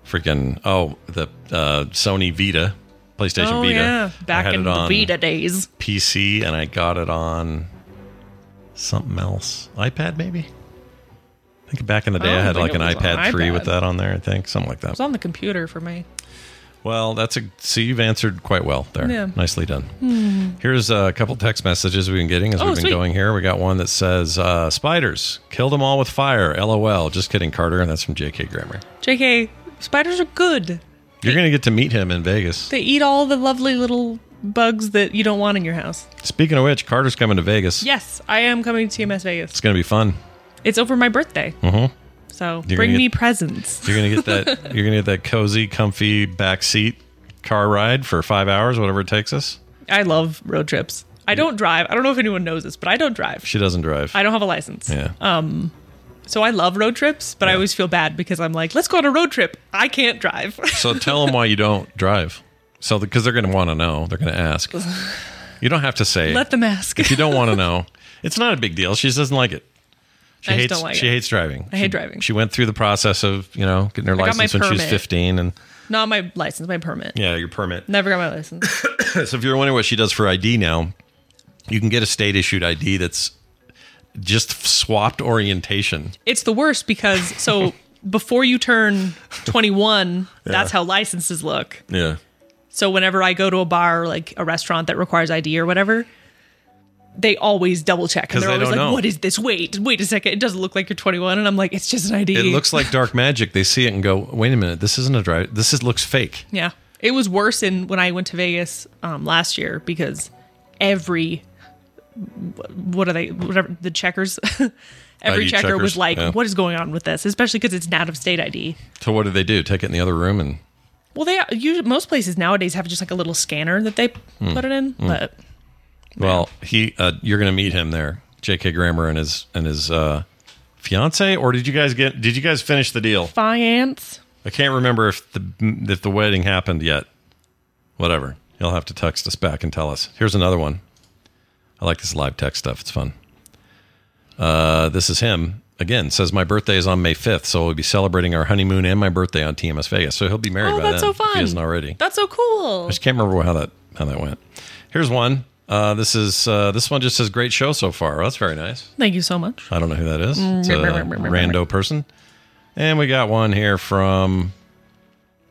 Speaker 1: Freaking oh, the uh, Sony Vita, PlayStation
Speaker 2: oh
Speaker 1: Vita.
Speaker 2: yeah,
Speaker 1: I
Speaker 2: back
Speaker 1: had
Speaker 2: in
Speaker 1: it
Speaker 2: the
Speaker 1: on
Speaker 2: Vita days.
Speaker 1: PC, and I got it on something else, iPad maybe. I think back in the day, I,
Speaker 2: Oh, I don't
Speaker 1: had
Speaker 2: think
Speaker 1: like
Speaker 2: it
Speaker 1: an
Speaker 2: was on
Speaker 1: iPad three with
Speaker 2: iPad.
Speaker 1: that on there. I think something like that.
Speaker 2: It's on the computer for me.
Speaker 1: Well, that's a see. You've answered quite well there.
Speaker 2: Yeah. Hmm.
Speaker 1: Nicely done. Here's a couple text messages we've been getting as
Speaker 2: Oh,
Speaker 1: we've been
Speaker 2: sweet.
Speaker 1: going here. We got one that says, uh, "Spiders killed them all with fire." LOL. Just kidding, Carter. And that's from J.K. Grammar.
Speaker 2: Jk, spiders are good.
Speaker 1: You're gonna get to meet him in Vegas.
Speaker 2: They eat all the lovely little bugs that you don't want in your house.
Speaker 1: Speaking of which, Carter's coming to Vegas.
Speaker 2: Yes, I am coming to TMS Vegas.
Speaker 1: It's gonna be fun.
Speaker 2: It's over my birthday,
Speaker 1: Mhm.
Speaker 2: so
Speaker 1: You're
Speaker 2: bring
Speaker 1: gonna
Speaker 2: me
Speaker 1: get-
Speaker 2: presents.
Speaker 1: You're gonna get that. you're gonna get that cozy, comfy back seat car ride for five hours, whatever it takes us.
Speaker 2: I love road trips. I don't drive. I don't know if anyone knows this, but I don't drive.
Speaker 1: She doesn't drive.
Speaker 2: I don't Oh. have a license.
Speaker 1: yeah.
Speaker 2: So I love road trips, but I always feel bad because I'm like, let's go on a road trip. I can't drive.
Speaker 1: So tell them why you don't drive. So because they're going to want to know, they're going to ask. You don't have to say.
Speaker 2: Let them ask.
Speaker 1: if you don't want to know, it's not a big deal. She just doesn't like it. She
Speaker 2: I just
Speaker 1: hates.
Speaker 2: don't like
Speaker 1: she
Speaker 2: it.
Speaker 1: hates driving.
Speaker 2: I hate
Speaker 1: She-
Speaker 2: driving.
Speaker 1: She went through the process of you know getting her
Speaker 2: got my
Speaker 1: license when she was
Speaker 2: permit.
Speaker 1: fifteen, and
Speaker 2: Not my license, my permit.
Speaker 1: yeah, your permit.
Speaker 2: Never got my license.
Speaker 1: So if you're wondering what she does for ID now, you can get a state issued ID that's just swapped orientation.
Speaker 2: It's the worst because so before you turn 21, that's how licenses look.
Speaker 1: Yeah.
Speaker 2: So whenever I go to a bar or like a restaurant that requires ID or whatever, they always double check
Speaker 1: 'Cause
Speaker 2: and they're
Speaker 1: they
Speaker 2: always
Speaker 1: don't
Speaker 2: like,
Speaker 1: know.
Speaker 2: "What is this? Wait, wait a second. It doesn't look like you're 21." And I'm like, "It's just an ID."
Speaker 1: It looks like dark magic. They see it and go, "Wait a minute, this isn't a drive. This is, looks fake."
Speaker 2: Yeah. It was worse in when I went to Vegas um, last year because every what are they whatever the checkers every
Speaker 1: ID
Speaker 2: checker
Speaker 1: checkers,
Speaker 2: was like
Speaker 1: yeah.
Speaker 2: what is going on with this especially because it's an out of state ID.
Speaker 1: So what do they do? Take it in the other room and
Speaker 2: Well they you, most places nowadays have just like a little scanner that they
Speaker 1: Hmm.
Speaker 2: put it in but
Speaker 1: Well, he uh, you're going to meet him there, J.K. Grammer and his and his uh, fiance. Or did you guys get? Did you guys finish the deal?
Speaker 2: finance
Speaker 1: I can't remember if the if the wedding happened yet. Whatever. You'll have to text us back and tell us. Here's another one. I like this live text stuff. It's fun. Uh, this is him again. Says my birthday is on May 5th, so we'll be celebrating our honeymoon and my birthday on TMS Vegas. So he'll be married
Speaker 2: Oh,
Speaker 1: by
Speaker 2: that's
Speaker 1: then.
Speaker 2: so fun.
Speaker 1: If he isn't already.
Speaker 2: That's so cool.
Speaker 1: I just can't remember how that how that went. Here's one. Uh, this is uh, this one just says great show so far. Well, that's very nice.
Speaker 2: Thank you so much.
Speaker 1: I don't know who that is.
Speaker 2: Mm.
Speaker 1: It's a rando person. And we got one here from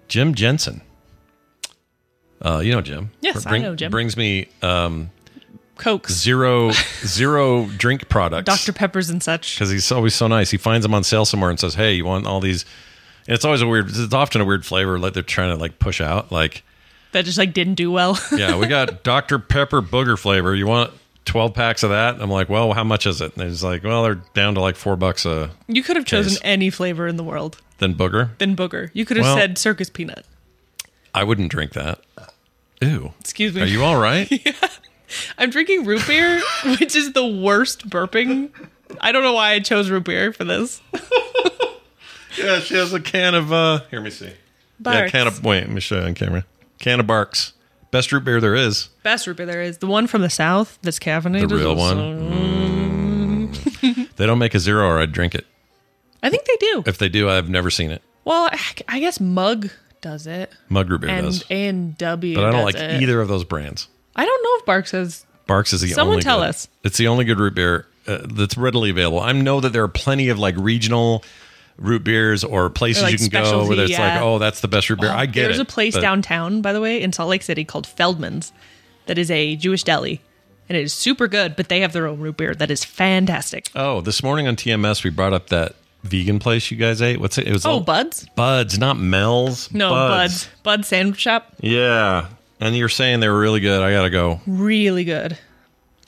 Speaker 1: Jim Jensen. Uh, you know Jim.
Speaker 2: Yes, I know Jim.
Speaker 1: Brings me um,
Speaker 2: Cokes,
Speaker 1: zero zero drink products.
Speaker 2: Dr. Peppers and such.
Speaker 1: because he's always so nice. He finds them on sale somewhere and says, "Hey, you want all these?" And it's always a weird. It's often a weird flavor like they're trying to like push out. Like
Speaker 2: That just like didn't do well.
Speaker 1: yeah, we got Dr. Pepper booger flavor. You want 12 packs of that? I'm like, well, how much is it? And he's like, well, they're down to like four bucks a
Speaker 2: you could have chosen
Speaker 1: Case.
Speaker 2: any flavor in the world
Speaker 1: then booger.
Speaker 2: than booger. You could have
Speaker 1: Well-
Speaker 2: said circus peanut.
Speaker 1: I wouldn't drink that. Ew.
Speaker 2: Excuse me.
Speaker 1: Are you all right?
Speaker 2: I'm drinking root beer, which is the worst burping. I don't know why I chose root beer for this.
Speaker 1: yeah, she has a can of, uh, here, let me see. Yeah,
Speaker 2: Barks.
Speaker 1: can of, wait, let me show you on camera. Can of barks. Best root beer there is.
Speaker 2: Best root beer there is. The one from the south that's
Speaker 1: The
Speaker 2: caffeinated.
Speaker 1: real
Speaker 2: is
Speaker 1: one.
Speaker 2: also-
Speaker 1: Mm. they don't make a zero or I'd drink it.
Speaker 2: I think they do.
Speaker 1: If they do, I've never seen it.
Speaker 2: Well, I- I guess Mug does it.
Speaker 1: Mug root beer
Speaker 2: And
Speaker 1: does.
Speaker 2: and W.
Speaker 1: But I don't like
Speaker 2: it.
Speaker 1: either of those brands.
Speaker 2: I don't know if Barks has
Speaker 1: Barks is the
Speaker 2: Someone
Speaker 1: only.
Speaker 2: tell
Speaker 1: good-
Speaker 2: us.
Speaker 1: It's the only good root beer uh, that's readily available. I know that there are plenty of like regional root beers or places
Speaker 2: like
Speaker 1: you can go where
Speaker 2: specialty,
Speaker 1: it's
Speaker 2: yeah.
Speaker 1: like, oh, that's the best root beer. I get it.
Speaker 2: There's a place
Speaker 1: but
Speaker 2: downtown, by the way, in Salt Lake City called Feldman's that is a Jewish deli. And it is super good, but they have their own root beer that is fantastic.
Speaker 1: Oh, this morning on TMS we brought up that vegan place you guys ate. What's it? It was
Speaker 2: Oh,
Speaker 1: all-
Speaker 2: Buds?
Speaker 1: Buds, not Mel's.
Speaker 2: No, Buds. Buds Sandwich Shop.
Speaker 1: Yeah, and you're saying they were really good. I gotta go.
Speaker 2: Really good.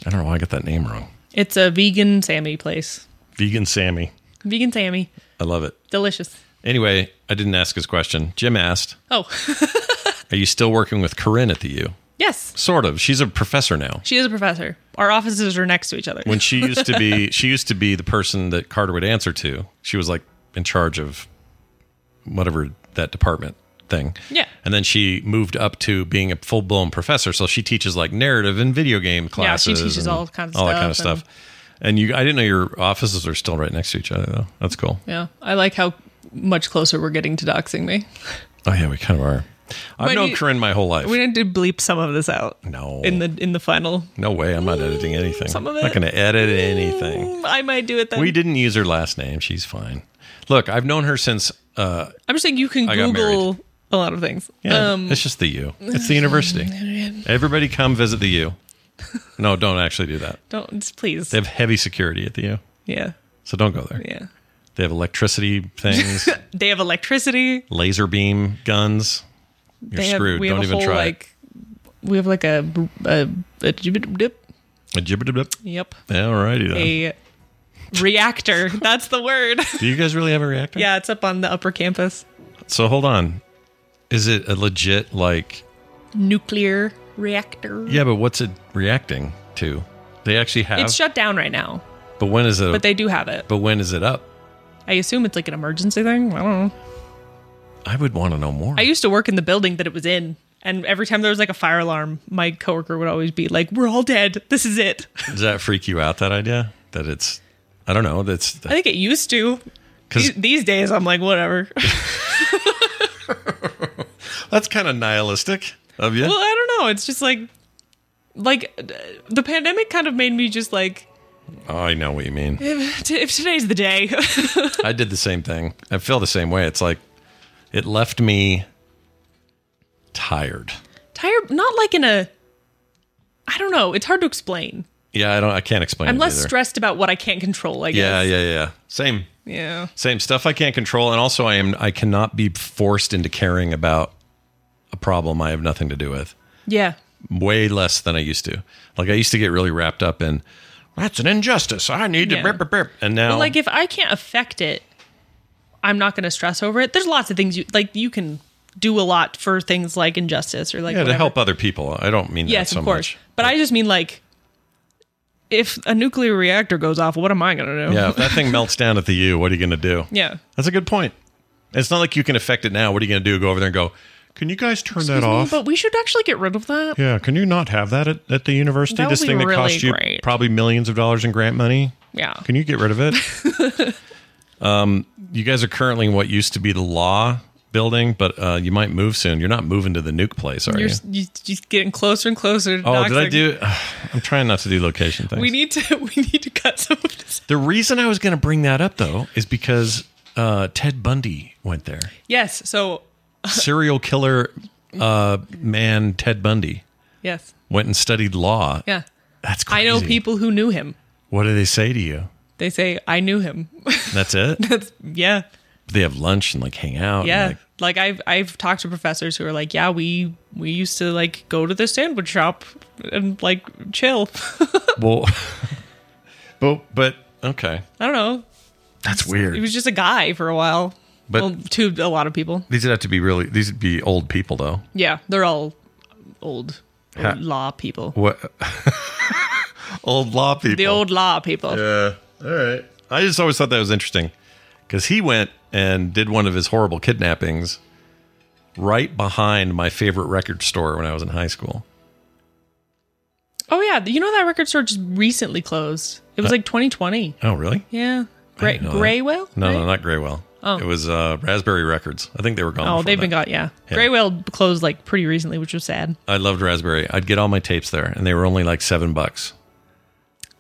Speaker 1: I don't know why I got that name wrong.
Speaker 2: It's a vegan Sammy place.
Speaker 1: Vegan Sammy.
Speaker 2: Vegan Sammy.
Speaker 1: I love it.
Speaker 2: Delicious.
Speaker 1: Anyway, I didn't ask his question. Jim asked,
Speaker 2: Oh,
Speaker 1: "Are you still working with Corinne at the U?"
Speaker 2: yes.
Speaker 1: Sort of. She's a professor now.
Speaker 2: She is a professor. Our offices are next to each other.
Speaker 1: when she used to be she used to be the person that Carter would answer to. She was like in charge of whatever that department. thing.
Speaker 2: Yeah.
Speaker 1: And then she moved up to being a full blown professor. So she teaches like narrative and video game
Speaker 2: Yeah,
Speaker 1: classes.
Speaker 2: she teaches
Speaker 1: and
Speaker 2: all kinds of
Speaker 1: all that kind of
Speaker 2: stuff and-
Speaker 1: stuff. And you, I didn't know your offices are still right next to each other though. That's cool.
Speaker 2: Yeah, I like how much closer we're getting to doxing me.
Speaker 1: Oh yeah, we kind of are. I've
Speaker 2: But
Speaker 1: known
Speaker 2: you-
Speaker 1: Corinne my whole life.
Speaker 2: We need to bleep some of this out.
Speaker 1: No.
Speaker 2: in the in the final.
Speaker 1: no way. I'm not editing anything.
Speaker 2: some of
Speaker 1: I'm not
Speaker 2: it.
Speaker 1: going to edit anything.
Speaker 2: Mm, I might do it then.
Speaker 1: We didn't use her last name. She's fine. Look, I've known her since. Uh,
Speaker 2: I'm just saying you can
Speaker 1: I got
Speaker 2: Google a lot of things.
Speaker 1: yeah,
Speaker 2: Um,
Speaker 1: it's just the U. It's the university. Everybody come visit the U. No, don't actually do that.
Speaker 2: don't just please.
Speaker 1: They have heavy security at the U,
Speaker 2: Yeah,
Speaker 1: so don't go there.
Speaker 2: yeah.
Speaker 1: They have electricity things,
Speaker 2: They have electricity.
Speaker 1: laser beam guns. You're
Speaker 2: they
Speaker 1: screwed.
Speaker 2: Have, we
Speaker 1: don't
Speaker 2: have a
Speaker 1: even
Speaker 2: whole,
Speaker 1: try.
Speaker 2: like, We have like a a, a jib-
Speaker 1: it.
Speaker 2: dip.
Speaker 1: A jibba-dibba.
Speaker 2: Yep.
Speaker 1: Yeah, Alrighty then.
Speaker 2: A reactor. That's the word.
Speaker 1: Do you guys really have a reactor?
Speaker 2: yeah, it's up on the upper campus.
Speaker 1: So hold on. Is it a legit like?
Speaker 2: Nuclear reactor.
Speaker 1: Yeah, but what's it reacting to? They actually have.
Speaker 2: It's shut down right now,
Speaker 1: but when is it?
Speaker 2: but they do have it.
Speaker 1: but when is it up?
Speaker 2: I assume it's like an emergency thing. I don't know.
Speaker 1: I would want to know more.
Speaker 2: I used to work in the building that it was in, and every time there was like a fire alarm, my coworker would always be like, "We're all dead. This is it."
Speaker 1: Does that freak you out? That idea that it's I don't know. That's
Speaker 2: I think it used to.
Speaker 1: 'Cause-
Speaker 2: These, these days, I'm like, whatever.
Speaker 1: that's kind of nihilistic of you.
Speaker 2: well, I don't know. It's just like, like uh, the pandemic kind of made me just like,
Speaker 1: oh, I know what you mean.
Speaker 2: if, t- if today's the day,
Speaker 1: I did the same thing. I feel the same way. It's like it left me tired.
Speaker 2: tired. Not like in a. I don't know. It's hard to explain.
Speaker 1: Yeah, I don't. I can't explain.
Speaker 2: I'm
Speaker 1: it
Speaker 2: less
Speaker 1: either.
Speaker 2: stressed about what I can't control. I
Speaker 1: Yeah,
Speaker 2: guess.
Speaker 1: yeah, yeah. Same,
Speaker 2: Yeah. Yeah.
Speaker 1: same stuff. I can't control, and also I am. I cannot be forced into caring about a problem I have nothing to do with.
Speaker 2: Yeah.
Speaker 1: way less than I used to. Like I used to get really wrapped up in that's an injustice. I need to
Speaker 2: Yeah.
Speaker 1: burp, burp, burp. and now
Speaker 2: But like if I can't affect it, I'm not going to stress over it. There's lots of things you like. You can do a lot for things like injustice or like
Speaker 1: yeah, to
Speaker 2: whatever.
Speaker 1: help other people. I don't mean
Speaker 2: Yes,
Speaker 1: that so
Speaker 2: of course.
Speaker 1: much.
Speaker 2: But I just mean like, if a nuclear reactor goes off, what am I going to do?
Speaker 1: Yeah, if that thing melts down at the U, what are you going to do?
Speaker 2: Yeah.
Speaker 1: That's a good point. It's not like you can affect it now. What are you going to do? Go over there and go, can you guys turn that off?
Speaker 2: But we should actually get rid of that.
Speaker 1: yeah, can you not have that at, at the university?
Speaker 2: That
Speaker 1: this
Speaker 2: would
Speaker 1: thing
Speaker 2: be
Speaker 1: that cost
Speaker 2: really
Speaker 1: you
Speaker 2: great.
Speaker 1: probably millions of dollars in grant money?
Speaker 2: Yeah.
Speaker 1: Can you get rid of it? um, you guys are currently in what used to be the law building, but uh, you might move soon. You're not moving to the nuke place, are
Speaker 2: You're,
Speaker 1: you?
Speaker 2: s- you, you're getting closer and closer. To
Speaker 1: Oh, did I
Speaker 2: doxing.
Speaker 1: do? I'm trying not to do location things.
Speaker 2: We need to. We need to cut some of this.
Speaker 1: the reason I was going to bring that up though is because uh, Ted Bundy went there,
Speaker 2: Yes. So
Speaker 1: serial killer uh, man Ted Bundy
Speaker 2: yes.
Speaker 1: went and studied law.
Speaker 2: Yeah.
Speaker 1: That's
Speaker 2: I
Speaker 1: crazy.
Speaker 2: know people who knew him.
Speaker 1: What do they say to you?
Speaker 2: They say I knew him.
Speaker 1: That's it.
Speaker 2: That's yeah.
Speaker 1: they have lunch and like hang out. and,
Speaker 2: Yeah.
Speaker 1: like,
Speaker 2: Like, I've I've talked to professors who are like, yeah, we we used to like go to the sandwich shop and like chill.
Speaker 1: Well, but but okay,
Speaker 2: I don't know.
Speaker 1: that's
Speaker 2: He
Speaker 1: weird.
Speaker 2: was just a guy for a while.
Speaker 1: But-
Speaker 2: well, to a lot of people.
Speaker 1: these would have to be really. These would be old people though.
Speaker 2: Yeah, they're all old, old
Speaker 1: Ha-
Speaker 2: law people.
Speaker 1: What? old law people.
Speaker 2: The old law people.
Speaker 1: Yeah. Uh, All right. I just always thought that was interesting because he went and did one of his horrible kidnappings right behind my favorite record store when I was in high school.
Speaker 2: Oh yeah, you know that record store just recently closed. It was like 2020.
Speaker 1: Oh, really?
Speaker 2: Yeah.
Speaker 1: Uh, I
Speaker 2: Gray
Speaker 1: didn't know that.
Speaker 2: Graywell?
Speaker 1: No,
Speaker 2: right?
Speaker 1: no, not Graywell.
Speaker 2: Oh.
Speaker 1: It was uh, Raspberry Records. I think they were gone.
Speaker 2: Oh,
Speaker 1: before
Speaker 2: they've been
Speaker 1: that.
Speaker 2: got yeah.
Speaker 1: Yeah.
Speaker 2: Graywell closed like pretty recently, which was sad.
Speaker 1: I loved Raspberry. I'd get all my tapes there, and they were only like seven bucks.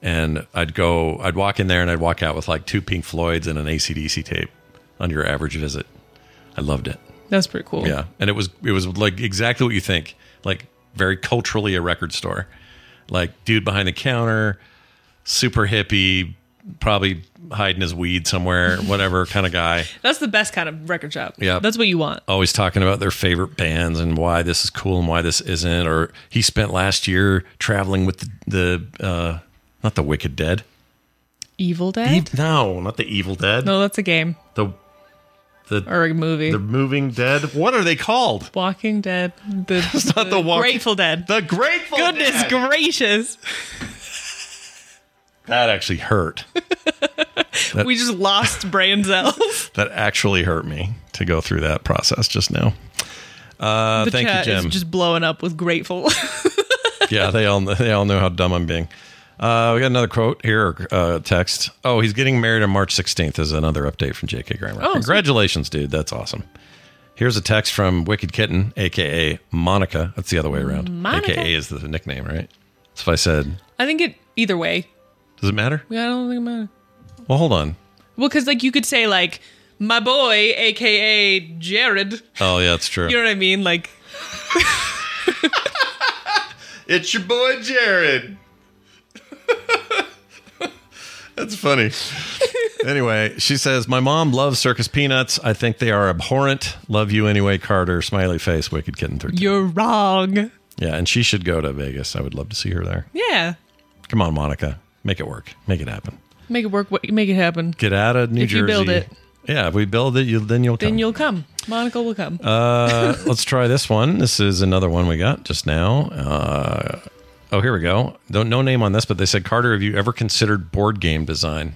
Speaker 1: And I'd go, I'd walk in there, and I'd walk out with like two Pink Floyds and an ACDC tape on your average visit. I loved it.
Speaker 2: That's pretty cool.
Speaker 1: Yeah, and it was it was like exactly what you think, like very culturally a record store, like dude behind the counter, super hippie, probably hiding his weed somewhere, whatever kind of guy.
Speaker 2: That's the best kind of record shop.
Speaker 1: Yeah.
Speaker 2: That's what you want.
Speaker 1: always talking about their favorite bands and why this is cool and why this isn't. Or he spent last year traveling with the, the uh, not the Wicked Dead.
Speaker 2: Evil Dead?
Speaker 1: Ev- no, not the Evil Dead.
Speaker 2: No, that's a game
Speaker 1: The the
Speaker 2: or a movie.
Speaker 1: the Moving Dead. What are they called?
Speaker 2: Walking Dead. The,
Speaker 1: It's not the Walking-
Speaker 2: Grateful Dead.
Speaker 1: The Grateful
Speaker 2: Goodness
Speaker 1: Dead.
Speaker 2: gracious.
Speaker 1: that actually hurt.
Speaker 2: We just lost brain cells.
Speaker 1: That actually hurt me to go through that process just now. Uh,
Speaker 2: the
Speaker 1: thank you,
Speaker 2: chat
Speaker 1: Jim.
Speaker 2: is just blowing up with grateful.
Speaker 1: yeah, they all they all know how dumb I'm being. Uh, we got another quote here, uh, text. Oh, he's getting married on March 16th is another update from J.K. Grammar.
Speaker 2: Oh,
Speaker 1: Congratulations, dude. That's awesome. Here's a text from Wicked Kitten, aka Monica. That's the other way around.
Speaker 2: Monica.
Speaker 1: AKA is the nickname, right? That's if I said.
Speaker 2: I think it either way.
Speaker 1: Does it matter?
Speaker 2: Yeah, I don't think it matters.
Speaker 1: Well, hold on.
Speaker 2: Well, because like you could say like my boy, aka Jared.
Speaker 1: Oh yeah, that's true.
Speaker 2: You know what I mean? Like
Speaker 1: It's your boy Jared. That's funny. anyway, she says, My mom loves circus peanuts. I think they are abhorrent. Love you anyway, Carter. Smiley face, wicked kitten 13.
Speaker 2: you're wrong.
Speaker 1: yeah, and she should go to Vegas. I would love to see her there.
Speaker 2: Yeah,
Speaker 1: Come on, Monica. Make it work. Make it happen.
Speaker 2: make it work. wh- Make it happen.
Speaker 1: Get out of New
Speaker 2: If
Speaker 1: Jersey.
Speaker 2: you build it.
Speaker 1: Yeah, if we build it, you then you'll come.
Speaker 2: Then you'll come. Monica will come.
Speaker 1: Uh, let's try this one. This is another one we got just now. Uh, oh, here we go. Don't no name on this, but they said Carter, have you ever considered board game design,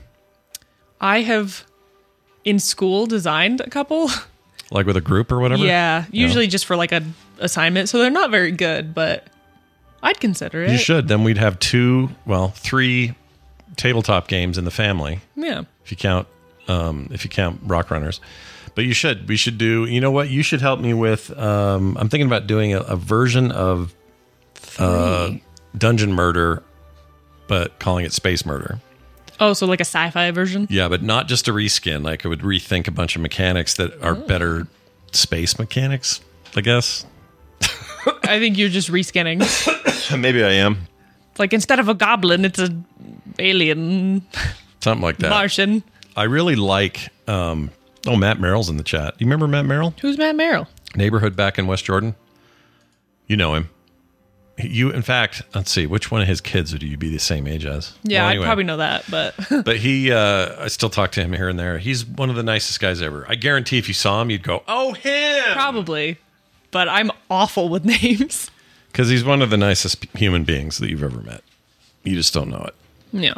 Speaker 2: I have in school designed a couple.
Speaker 1: like with a group or whatever?
Speaker 2: Yeah, usually just for like an assignment, so they're not very good, but I'd consider it.
Speaker 1: you should. Then we'd have two, well, three tabletop games in the family
Speaker 2: Yeah.
Speaker 1: if you count um, if you count Rock Runners. But you should. We should do. You know what? You should help me with. Um, I'm thinking about doing a, a version of uh, Dungeon Murder, but calling it Space Murder.
Speaker 2: Oh, so like a sci-fi version.
Speaker 1: Yeah, but not just a reskin. Like I would rethink a bunch of mechanics that are better space mechanics, I guess.
Speaker 2: I think you're just reskinning. It's
Speaker 1: Maybe I am.
Speaker 2: like instead of a goblin, it's a alien
Speaker 1: Something like that.
Speaker 2: Martian.
Speaker 1: I really like um oh Matt Merrill's in the chat. You remember Matt Merrill?
Speaker 2: Who's Matt Merrill?
Speaker 1: Neighborhood back in West Jordan. You know him. You in fact, let's see, which one of his kids would you be the same age as?
Speaker 2: Yeah,
Speaker 1: Well,
Speaker 2: I
Speaker 1: anyway.
Speaker 2: probably know that, but
Speaker 1: But he, uh, I still talk to him here and there. He's one of the nicest guys ever. I guarantee if you saw him, you'd go, "Oh, him!"
Speaker 2: probably. But I'm awful with names.
Speaker 1: Because he's one of the nicest p- human beings that you've ever met. You just don't know it.
Speaker 2: No.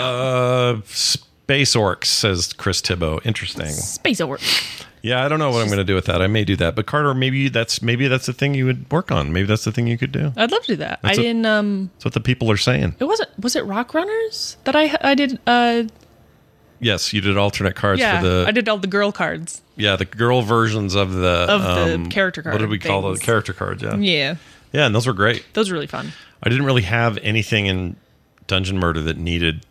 Speaker 1: Uh, Space Orcs, says Chris Thibault. Interesting.
Speaker 2: Space orc.
Speaker 1: Yeah, I don't know what I'm going to do with that. I may do that. But Carter, maybe that's maybe that's the thing you would work on. Maybe that's the thing you could do.
Speaker 2: I'd love to do that. I
Speaker 1: That's a-
Speaker 2: didn't um
Speaker 1: That's what the people are saying.
Speaker 2: it wasn't was it Rock Runners that I I did uh
Speaker 1: Yes, you did alternate cards
Speaker 2: yeah,
Speaker 1: for the
Speaker 2: I did all the girl cards.
Speaker 1: yeah the girl versions of the um,
Speaker 2: Of the character
Speaker 1: What did
Speaker 2: card
Speaker 1: we call those
Speaker 2: things.
Speaker 1: character cards? Yeah. yeah,
Speaker 2: Yeah.
Speaker 1: and those were great.
Speaker 2: Those were really fun.
Speaker 1: I didn't really have anything in Dungeon Murder that needed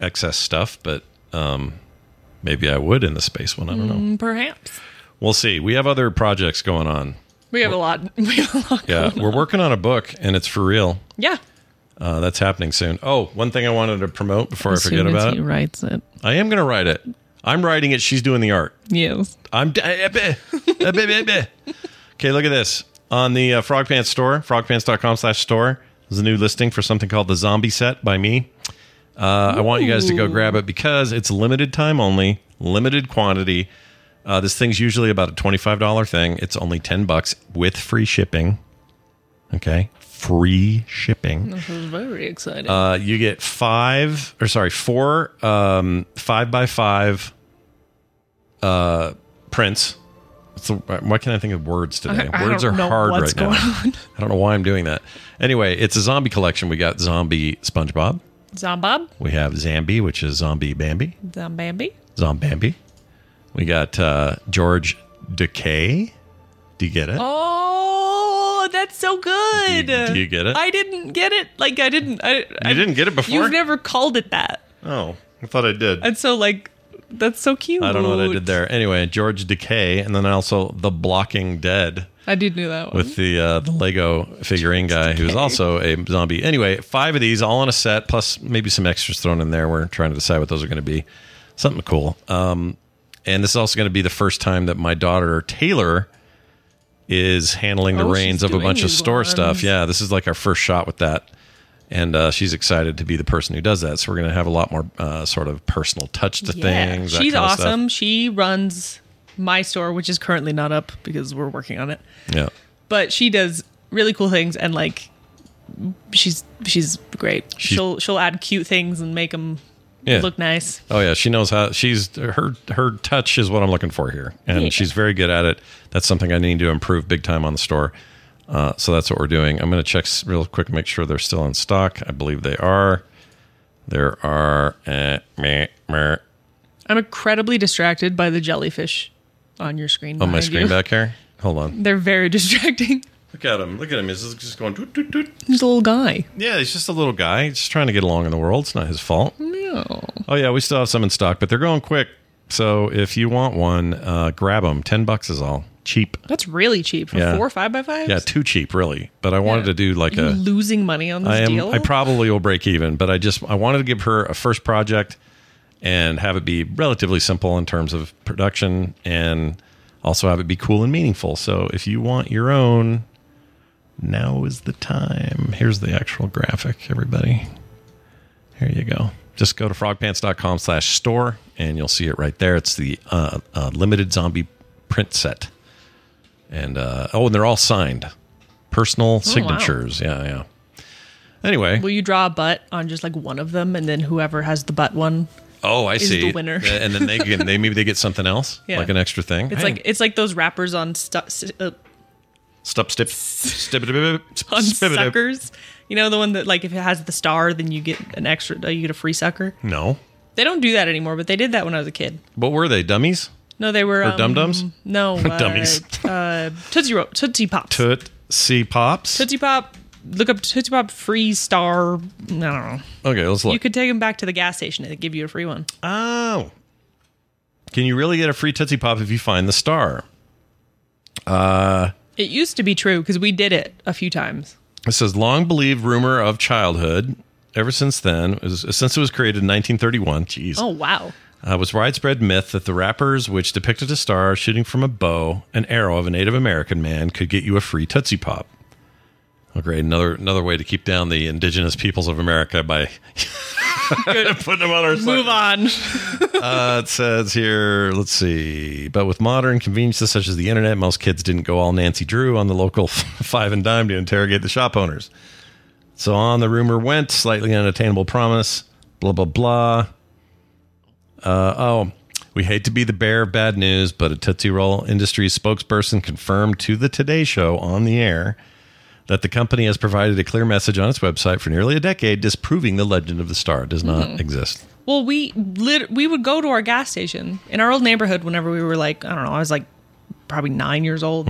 Speaker 1: excess stuff, but um, maybe I would in the space one. I don't
Speaker 2: Mm.
Speaker 1: know.
Speaker 2: Perhaps.
Speaker 1: We'll see. We have other projects going on.
Speaker 2: We have a lot. We have a lot.
Speaker 1: Yeah, we're working on a book, and it's for real.
Speaker 2: Yeah.
Speaker 1: Uh, that's happening soon. Oh, one thing I wanted to promote before I forget about it.
Speaker 2: writes it.
Speaker 1: I am going to write it. I'm writing it. She's doing the art.
Speaker 2: Yes.
Speaker 1: I'm. d- eh, eh, eh, eh, eh, eh. Okay, look at this. On the uh, Frog Pants store, frogpants.com slash store, there's a new listing for something called the Zombie Set by me. Uh, I want you guys to go grab it because it's limited time only, limited quantity. Uh, this thing's usually about a $25 thing. It's only 10 bucks with free shipping. Okay, free shipping.
Speaker 2: This is very exciting.
Speaker 1: Uh, you get five or sorry, four um, five by five uh, prints. So why can't I think of words today?
Speaker 2: I
Speaker 1: words are
Speaker 2: don't know
Speaker 1: hard
Speaker 2: what's
Speaker 1: right now.
Speaker 2: going on.
Speaker 1: I don't know why I'm doing that. Anyway, it's a zombie collection. We got zombie SpongeBob.
Speaker 2: Zombob.
Speaker 1: We have Zambi, which is zombie Bambi.
Speaker 2: Zombambi.
Speaker 1: Zombambi. We got uh, George Decay. Do you get it?
Speaker 2: Oh, that's so good.
Speaker 1: Do you- do you get it?
Speaker 2: I didn't get it. Like I didn't. I, you I,
Speaker 1: didn't get it before?
Speaker 2: You've never called it that,
Speaker 1: Oh, I thought I did.
Speaker 2: and so like that's so cute.
Speaker 1: I don't know what I did there. Anyway, George Decay, and then also The Blocking Dead.
Speaker 2: I did do that one.
Speaker 1: with the uh, the Lego figurine guy who's also a zombie. Anyway, five of these all on a set, plus maybe some extras thrown in there. We're trying to decide what those are going to be. Something cool. Um, and this is also going to be the first time that my daughter Taylor is handling the
Speaker 2: Oh,
Speaker 1: reins
Speaker 2: she's
Speaker 1: of a
Speaker 2: doing
Speaker 1: bunch of
Speaker 2: these
Speaker 1: store stuff.
Speaker 2: ones.
Speaker 1: Yeah, this is like our first shot with that. And uh, she's excited to be the person who does that. So we're going to have a lot more uh, sort of personal touch to things. that
Speaker 2: She's
Speaker 1: kind of stuff.
Speaker 2: awesome. She runs my store, which is currently not up because we're working on it.
Speaker 1: Yeah.
Speaker 2: But she does really cool things, and like she's she's great. she'll she'll add cute things and make them
Speaker 1: Yeah.
Speaker 2: look nice.
Speaker 1: Oh yeah, she knows how. She's her her touch is what I'm looking for here, and
Speaker 2: Yeah.
Speaker 1: she's very good at it. That's something I need to improve big time on the store. Uh, so that's what we're doing. I'm going to check s- real quick, make sure they're still in stock. I believe they are. There are uh, meh, meh,
Speaker 2: I'm incredibly distracted by the jellyfish on your screen.
Speaker 1: on Oh, my
Speaker 2: behind
Speaker 1: screen
Speaker 2: you.
Speaker 1: back here. Hold on.
Speaker 2: They're very distracting.
Speaker 1: Look at him. Look at him. He's just- just going. Doot, doot, doot.
Speaker 2: He's a little guy.
Speaker 1: Yeah, he's just a little guy. He's just trying to get along in the world. It's not his fault.
Speaker 2: No.
Speaker 1: Oh yeah, we still have some in stock, but they're going quick. So if you want one, uh, grab them. Ten bucks is all. Cheap.
Speaker 2: That's really cheap for
Speaker 1: Yeah.
Speaker 2: four five by fives.
Speaker 1: Yeah, too cheap, really. But I wanted to do like
Speaker 2: You
Speaker 1: a.
Speaker 2: losing money on this
Speaker 1: I am.
Speaker 2: deal.
Speaker 1: I probably will break even, but I just I wanted to give her a first project and have it be relatively simple in terms of production and also have it be cool and meaningful. So if you want your own, now is the time. Here's the actual graphic, everybody. Here you go. Just go to frogpants.com slash store and you'll see it right there. It's the uh, uh, limited zombie print set. And uh, oh, and they're all signed.
Speaker 2: Oh,
Speaker 1: Personal signatures. Yeah, yeah. Anyway.
Speaker 2: Will you draw a butt on just like one of them, and then whoever has the butt one?
Speaker 1: oh, I
Speaker 2: the
Speaker 1: see.
Speaker 2: winner.
Speaker 1: and then they can, they maybe they get something else,
Speaker 2: Yeah.
Speaker 1: like an extra thing.
Speaker 2: It's like it's like those rappers on stu- s- uh,
Speaker 1: stop, stip, stip,
Speaker 2: on suckers. You know the one that like if it has the star, then you get an extra. uh, You get a free sucker.
Speaker 1: No.
Speaker 2: They don't do that anymore, but they did that when I was a kid.
Speaker 1: What were they? Dummies?
Speaker 2: No, they were
Speaker 1: Or dum-dums?
Speaker 2: um, No, uh,
Speaker 1: Dummies.
Speaker 2: Uh, Tootsie Ro- Tootsie Pops.
Speaker 1: Toot, see pops.
Speaker 2: Tootsie Pop. Look up Tootsie Pop free star. I don't know.
Speaker 1: Okay, let's look.
Speaker 2: You could take them back to the gas station and they give you a free one.
Speaker 1: Oh. Can you really get a free Tootsie Pop if you find the star?
Speaker 2: It used to be true because we did it a few times.
Speaker 1: It says long believed rumor of childhood. Ever since then, it was- since it was created in 1931, jeez,
Speaker 2: Oh wow.
Speaker 1: uh, was widespread myth that the wrappers, which depicted a star shooting from a bow, an arrow of a Native American man, could get you a free Tootsie Pop. Oh, great! Another another way to keep down the indigenous peoples of America by putting them on our side.
Speaker 2: Move on.
Speaker 1: Uh, it says here, let's see. But with modern conveniences such as the internet, most kids didn't go all Nancy Drew on the local five and dime to interrogate the shop owners. So on the rumor went, slightly unattainable promise, blah, blah, blah. Uh, oh, we hate to be the bearer of bad news, but a Tootsie Roll Industries spokesperson confirmed to the Today Show on the air that the company has provided a clear message on its website for nearly a decade disproving the legend of the star does not exist.
Speaker 2: Well, we lit- we would go to our gas station in our old neighborhood whenever we were like I don't know I was like probably nine years old.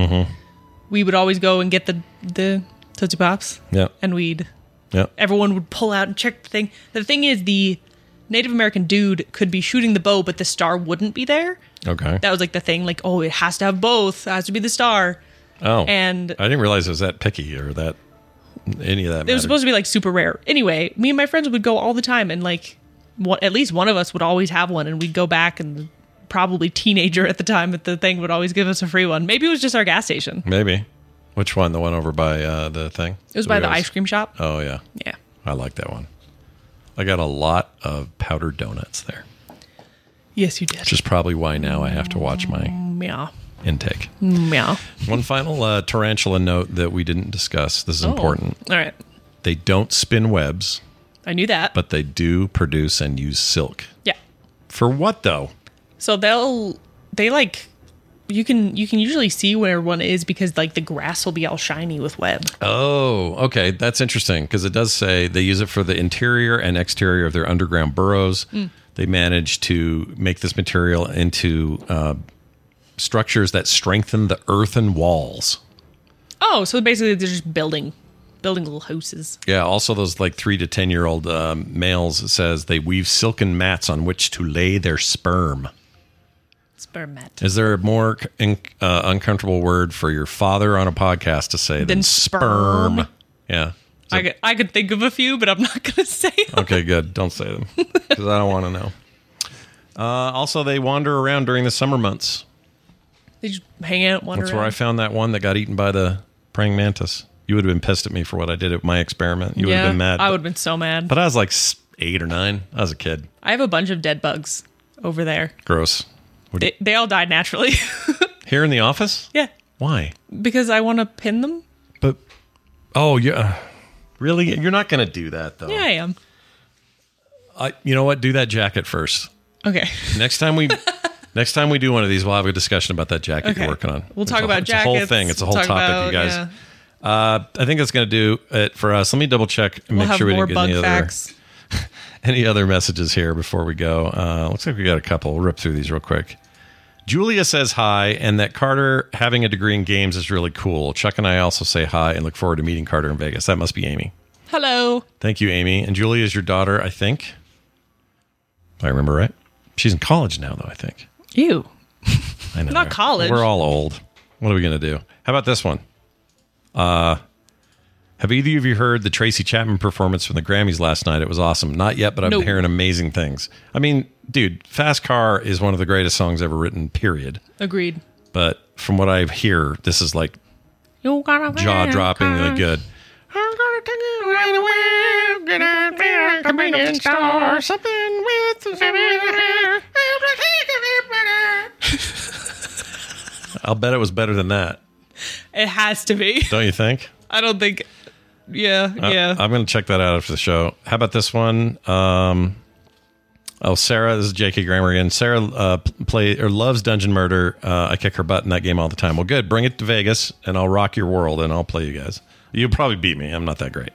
Speaker 2: We would always go and get the the tootsie pops,
Speaker 1: Yeah.
Speaker 2: and we'd
Speaker 1: Yeah.
Speaker 2: everyone would pull out and check the thing. The thing is, the Native American dude could be shooting the bow, but the star wouldn't be there.
Speaker 1: Okay.
Speaker 2: That was like the thing. Like, oh, it has to have both. It has to be the star.
Speaker 1: Oh,
Speaker 2: And-
Speaker 1: I didn't realize it was that picky or that any of that.
Speaker 2: It
Speaker 1: mattered.
Speaker 2: was supposed to be like super rare. Anyway, me and my friends would go all the time, and like, one, at least one of us would always have one, and we'd go back and probably teenager at the time at the thing would always give us a free one. Maybe it was just our gas station.
Speaker 1: maybe. Which one? The one over by uh, the thing?
Speaker 2: It was by the ice cream shop.
Speaker 1: Oh yeah,
Speaker 2: Yeah.
Speaker 1: I like that one. I got a lot of powdered donuts there,
Speaker 2: Yes, you did.
Speaker 1: which is probably why now I have to watch my
Speaker 2: Meow.
Speaker 1: intake.
Speaker 2: Meow.
Speaker 1: one final uh, tarantula note that we didn't discuss. This is
Speaker 2: Oh.
Speaker 1: important.
Speaker 2: All right.
Speaker 1: They don't spin webs,
Speaker 2: I knew that.
Speaker 1: but they do produce and use silk.
Speaker 2: yeah.
Speaker 1: For what though?
Speaker 2: So they'll they like you can you can usually see where one is because like the grass will be all shiny with web.
Speaker 1: Oh, okay. That's interesting because it does say they use it for the interior and exterior of their underground burrows. They manage to make this material into uh, structures that strengthen the earthen walls.
Speaker 2: Oh, so basically they're just building building little houses.
Speaker 1: Yeah. Also, those like three to 10 year old um, males, it says they weave silken mats on which to lay their sperm.
Speaker 2: Sperm mat.
Speaker 1: Is there a more c- in, uh, uncomfortable word for your father on a podcast to say than,
Speaker 2: Than
Speaker 1: sperm?
Speaker 2: sperm.
Speaker 1: Yeah.
Speaker 2: I could, I could think of a few, but I'm not going to say them.
Speaker 1: Okay, good. Don't say them because I don't want to know. Uh, also, they wander around during the summer months.
Speaker 2: They just hang out, wander
Speaker 1: That's where I
Speaker 2: around.
Speaker 1: found that one that got eaten by the praying mantis. You would have been pissed at me for what I did at my experiment. You would have been mad.
Speaker 2: I would have been so mad.
Speaker 1: But I was like s- eight or nine. I was a kid.
Speaker 2: I have a bunch of dead bugs over there.
Speaker 1: Gross. Would-
Speaker 2: They, they all died naturally.
Speaker 1: Here in the office?
Speaker 2: yeah,
Speaker 1: Why?
Speaker 2: because I want to pin them.
Speaker 1: But oh yeah, really? You're not gonna do that though.
Speaker 2: Yeah, I am.
Speaker 1: I, you know what? Do that jacket first.
Speaker 2: Okay.
Speaker 1: Next time we, next time we do one of these, we'll have a discussion about that jacket
Speaker 2: Okay.
Speaker 1: you're working on.
Speaker 2: We'll
Speaker 1: It's
Speaker 2: talk
Speaker 1: a-
Speaker 2: about
Speaker 1: it's a whole
Speaker 2: jackets.
Speaker 1: thing. It's a whole
Speaker 2: Talk
Speaker 1: topic, you
Speaker 2: about-
Speaker 1: guys.
Speaker 2: yeah.
Speaker 1: Uh, I think that's going to do it for us. Let me double check and
Speaker 2: We'll
Speaker 1: make
Speaker 2: have
Speaker 1: sure we
Speaker 2: more
Speaker 1: didn't get
Speaker 2: bug
Speaker 1: any other,
Speaker 2: facts.
Speaker 1: any other messages here before we go. Uh, looks like we got a couple. We'll rip through these real quick. Julia says hi, and that Carter having a degree in games is really cool. Chuck and I also say hi and look forward to meeting Carter in Vegas. That must be Amy.
Speaker 2: Hello.
Speaker 1: Thank you, Amy. And Julia is your daughter, I think. If I remember right. She's in college now, though, I think.
Speaker 2: You.
Speaker 1: I know.
Speaker 2: Not
Speaker 1: right?
Speaker 2: college.
Speaker 1: We're all old. What are we going to do? How about this one? Uh, have either of you heard the Tracy Chapman performance from the Grammys last night? It was awesome. Not yet, but I've
Speaker 2: No.
Speaker 1: been hearing amazing things. I mean, dude, Fast Car is one of the greatest songs ever written, period.
Speaker 2: Agreed.
Speaker 1: But from what I hear, this is like
Speaker 2: You gotta
Speaker 1: jaw droppingly good. I'll bet it was better than that,
Speaker 2: It has to be.
Speaker 1: don't you think?
Speaker 2: I don't think. Yeah.
Speaker 1: I-
Speaker 2: yeah.
Speaker 1: Uh, I'm going to check that out after the show. How about this one? Um, oh, Sarah, this is J.K. Grammer again. Sarah uh, p- play or loves Dungeon Murder. Uh, I kick her butt in that game all the time. Well, good. Bring it to Vegas, and I'll rock your world, and I'll play you guys. You'll probably beat me. I'm not that great.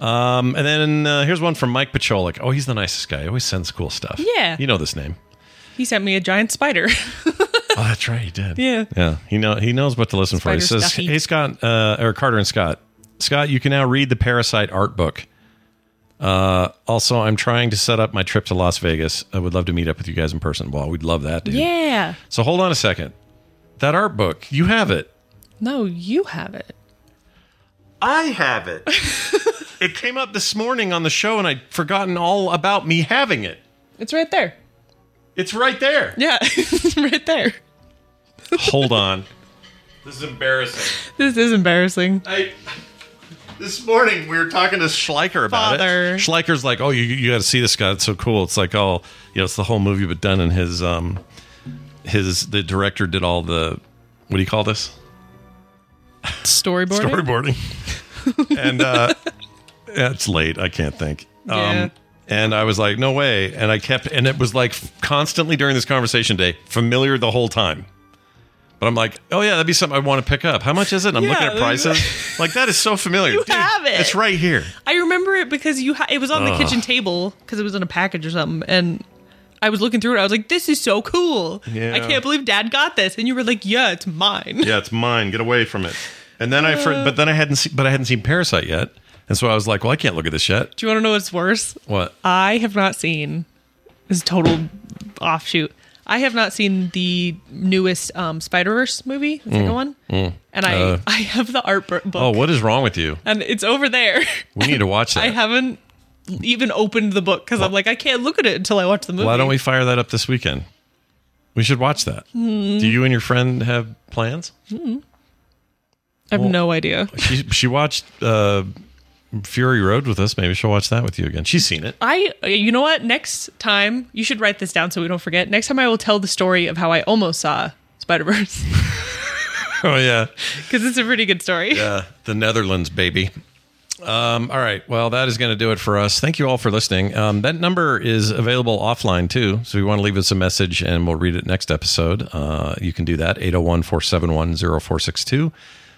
Speaker 1: Um, and then uh, here's one from Mike Pacholik. Oh, he's the nicest guy. He always sends cool stuff.
Speaker 2: Yeah.
Speaker 1: you know this name.
Speaker 2: he sent me a giant spider.
Speaker 1: Oh, that's right. He did.
Speaker 2: Yeah.
Speaker 1: Yeah. He know he knows what to listen for. He
Speaker 2: Spider
Speaker 1: says,
Speaker 2: Stuffy.
Speaker 1: "Hey, Scott, uh, or Carter and Scott, Scott, you can now read the Parasite art book." Uh, also, I'm trying to set up my trip to Las Vegas. I would love to meet up with you guys in person. Well, we'd love that, dude.
Speaker 2: yeah.
Speaker 1: So hold on a second. That art book, you have it.
Speaker 2: No, you have it.
Speaker 1: I have it. it came up this morning on the show, and I'd forgotten all about me having it.
Speaker 2: It's right there.
Speaker 1: It's right there.
Speaker 2: Yeah. It's right there.
Speaker 1: Hold on. This is embarrassing.
Speaker 2: This is embarrassing.
Speaker 1: I this morning we were talking to Schleicher about
Speaker 2: Father.
Speaker 1: it. Schleicher's like, "Oh, you you got to see this guy. It's so cool. It's like, oh, you know, it's the whole movie, but done in his um his the director did all the what do you call this
Speaker 2: Storyboard.
Speaker 1: storyboarding, and uh, yeah, it's late. I can't think. Um,
Speaker 2: Yeah.
Speaker 1: And I was like, no way. And I kept, and it was like constantly during this conversation day, familiar the whole time. But I'm like, oh yeah, that'd be something I want to pick up. How much is it? And I'm looking
Speaker 2: Yeah,
Speaker 1: at prices. like that is so familiar.
Speaker 2: You have it.
Speaker 1: It's right here.
Speaker 2: I remember it because you ha- it was on the kitchen table because it was in a package or something, and I was looking through it. I was like, "This is so cool!
Speaker 1: Yeah.
Speaker 2: I can't believe Dad got this." And you were like, "Yeah, it's mine."
Speaker 1: Yeah, it's mine. Get away from it. And then I, fr- but then I hadn't, seen, but I hadn't seen Parasite yet. And so I was like, well, I can't look at this yet.
Speaker 2: Do you want to know what's worse?
Speaker 1: What?
Speaker 2: I have not seen this is a total offshoot. I have not seen the newest um, Spider Verse movie, the second one, and I I have the art book,
Speaker 1: Mm. Uh. Oh, what is wrong with you?
Speaker 2: and it's over there.
Speaker 1: We need to watch that.
Speaker 2: I haven't even opened the book because I'm like, I can't look at it until I watch the movie.
Speaker 1: Why don't we fire that up this weekend? We should watch that. Do you and your friend have plans?
Speaker 2: I have no idea.
Speaker 1: She, she watched uh, Fury Road with us. Maybe she'll watch that with you again. She's seen it.
Speaker 2: I, you know what? Next time, you should write this down so we don't forget. Next time, I will tell the story of how I almost saw Spider Verse
Speaker 1: Oh yeah,
Speaker 2: because it's a pretty good story.
Speaker 1: uh, the Netherlands, baby. Um, all right. Well, that is going to do it for us. Thank you all for listening. Um, that number is available offline too. So if you want to leave us a message and we'll read it next episode, uh, you can do that 801 471 0462.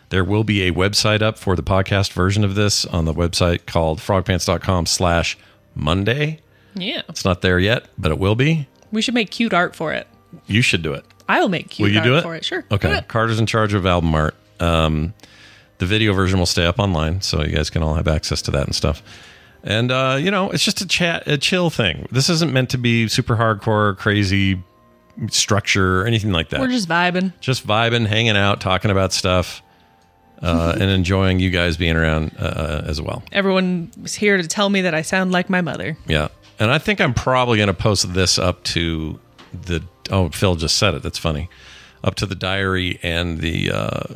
Speaker 1: There will be a website up for the podcast version of this on the website called frogpants.com slash Monday.
Speaker 2: Yeah,
Speaker 1: It's not there yet, but it will be.
Speaker 2: we should make cute art for it.
Speaker 1: You should do it.
Speaker 2: I'll make cute
Speaker 1: Will you
Speaker 2: art
Speaker 1: do it?
Speaker 2: for it. Sure.
Speaker 1: Okay.
Speaker 2: Do it.
Speaker 1: Carter's in charge of album art. Um, the video version will stay up online, so you guys can all have access to that and stuff. And uh, you know, it's just a chat, a chill thing. This isn't meant to be super hardcore, crazy structure or anything like that.
Speaker 2: We're just vibing.
Speaker 1: Just vibing, hanging out, talking about stuff, uh, and enjoying you guys being around uh, as well.
Speaker 2: Everyone was here to tell me that I sound like my mother.
Speaker 1: Yeah. And I think I'm probably going to post this up to the oh Phil just said it. That's funny. Up to the diary and the uh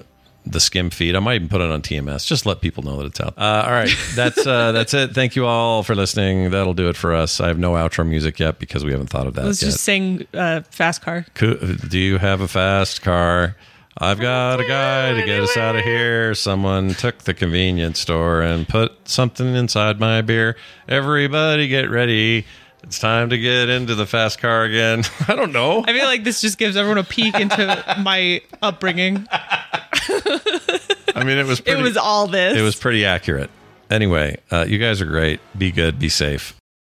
Speaker 1: the skim feed. I might even put it on TMS. Just let people know that it's out. Uh, all right, that's uh, that's it. Thank you all for listening. That'll do it for us. I have no outro music yet because we haven't thought of that
Speaker 2: Let's
Speaker 1: yet.
Speaker 2: just sing uh, "Fast Car."
Speaker 1: Coo- Do you have a fast car? I've got a guy to get us out of here. Someone took the convenience store and put something inside my beer. Everybody get ready. It's time to get into the fast car again. I don't know.
Speaker 2: I feel like this just gives everyone a peek into my upbringing.
Speaker 1: I mean, it was pretty,
Speaker 2: it was all this.
Speaker 1: it was pretty accurate. Anyway, uh, you guys are great. Be good. Be safe.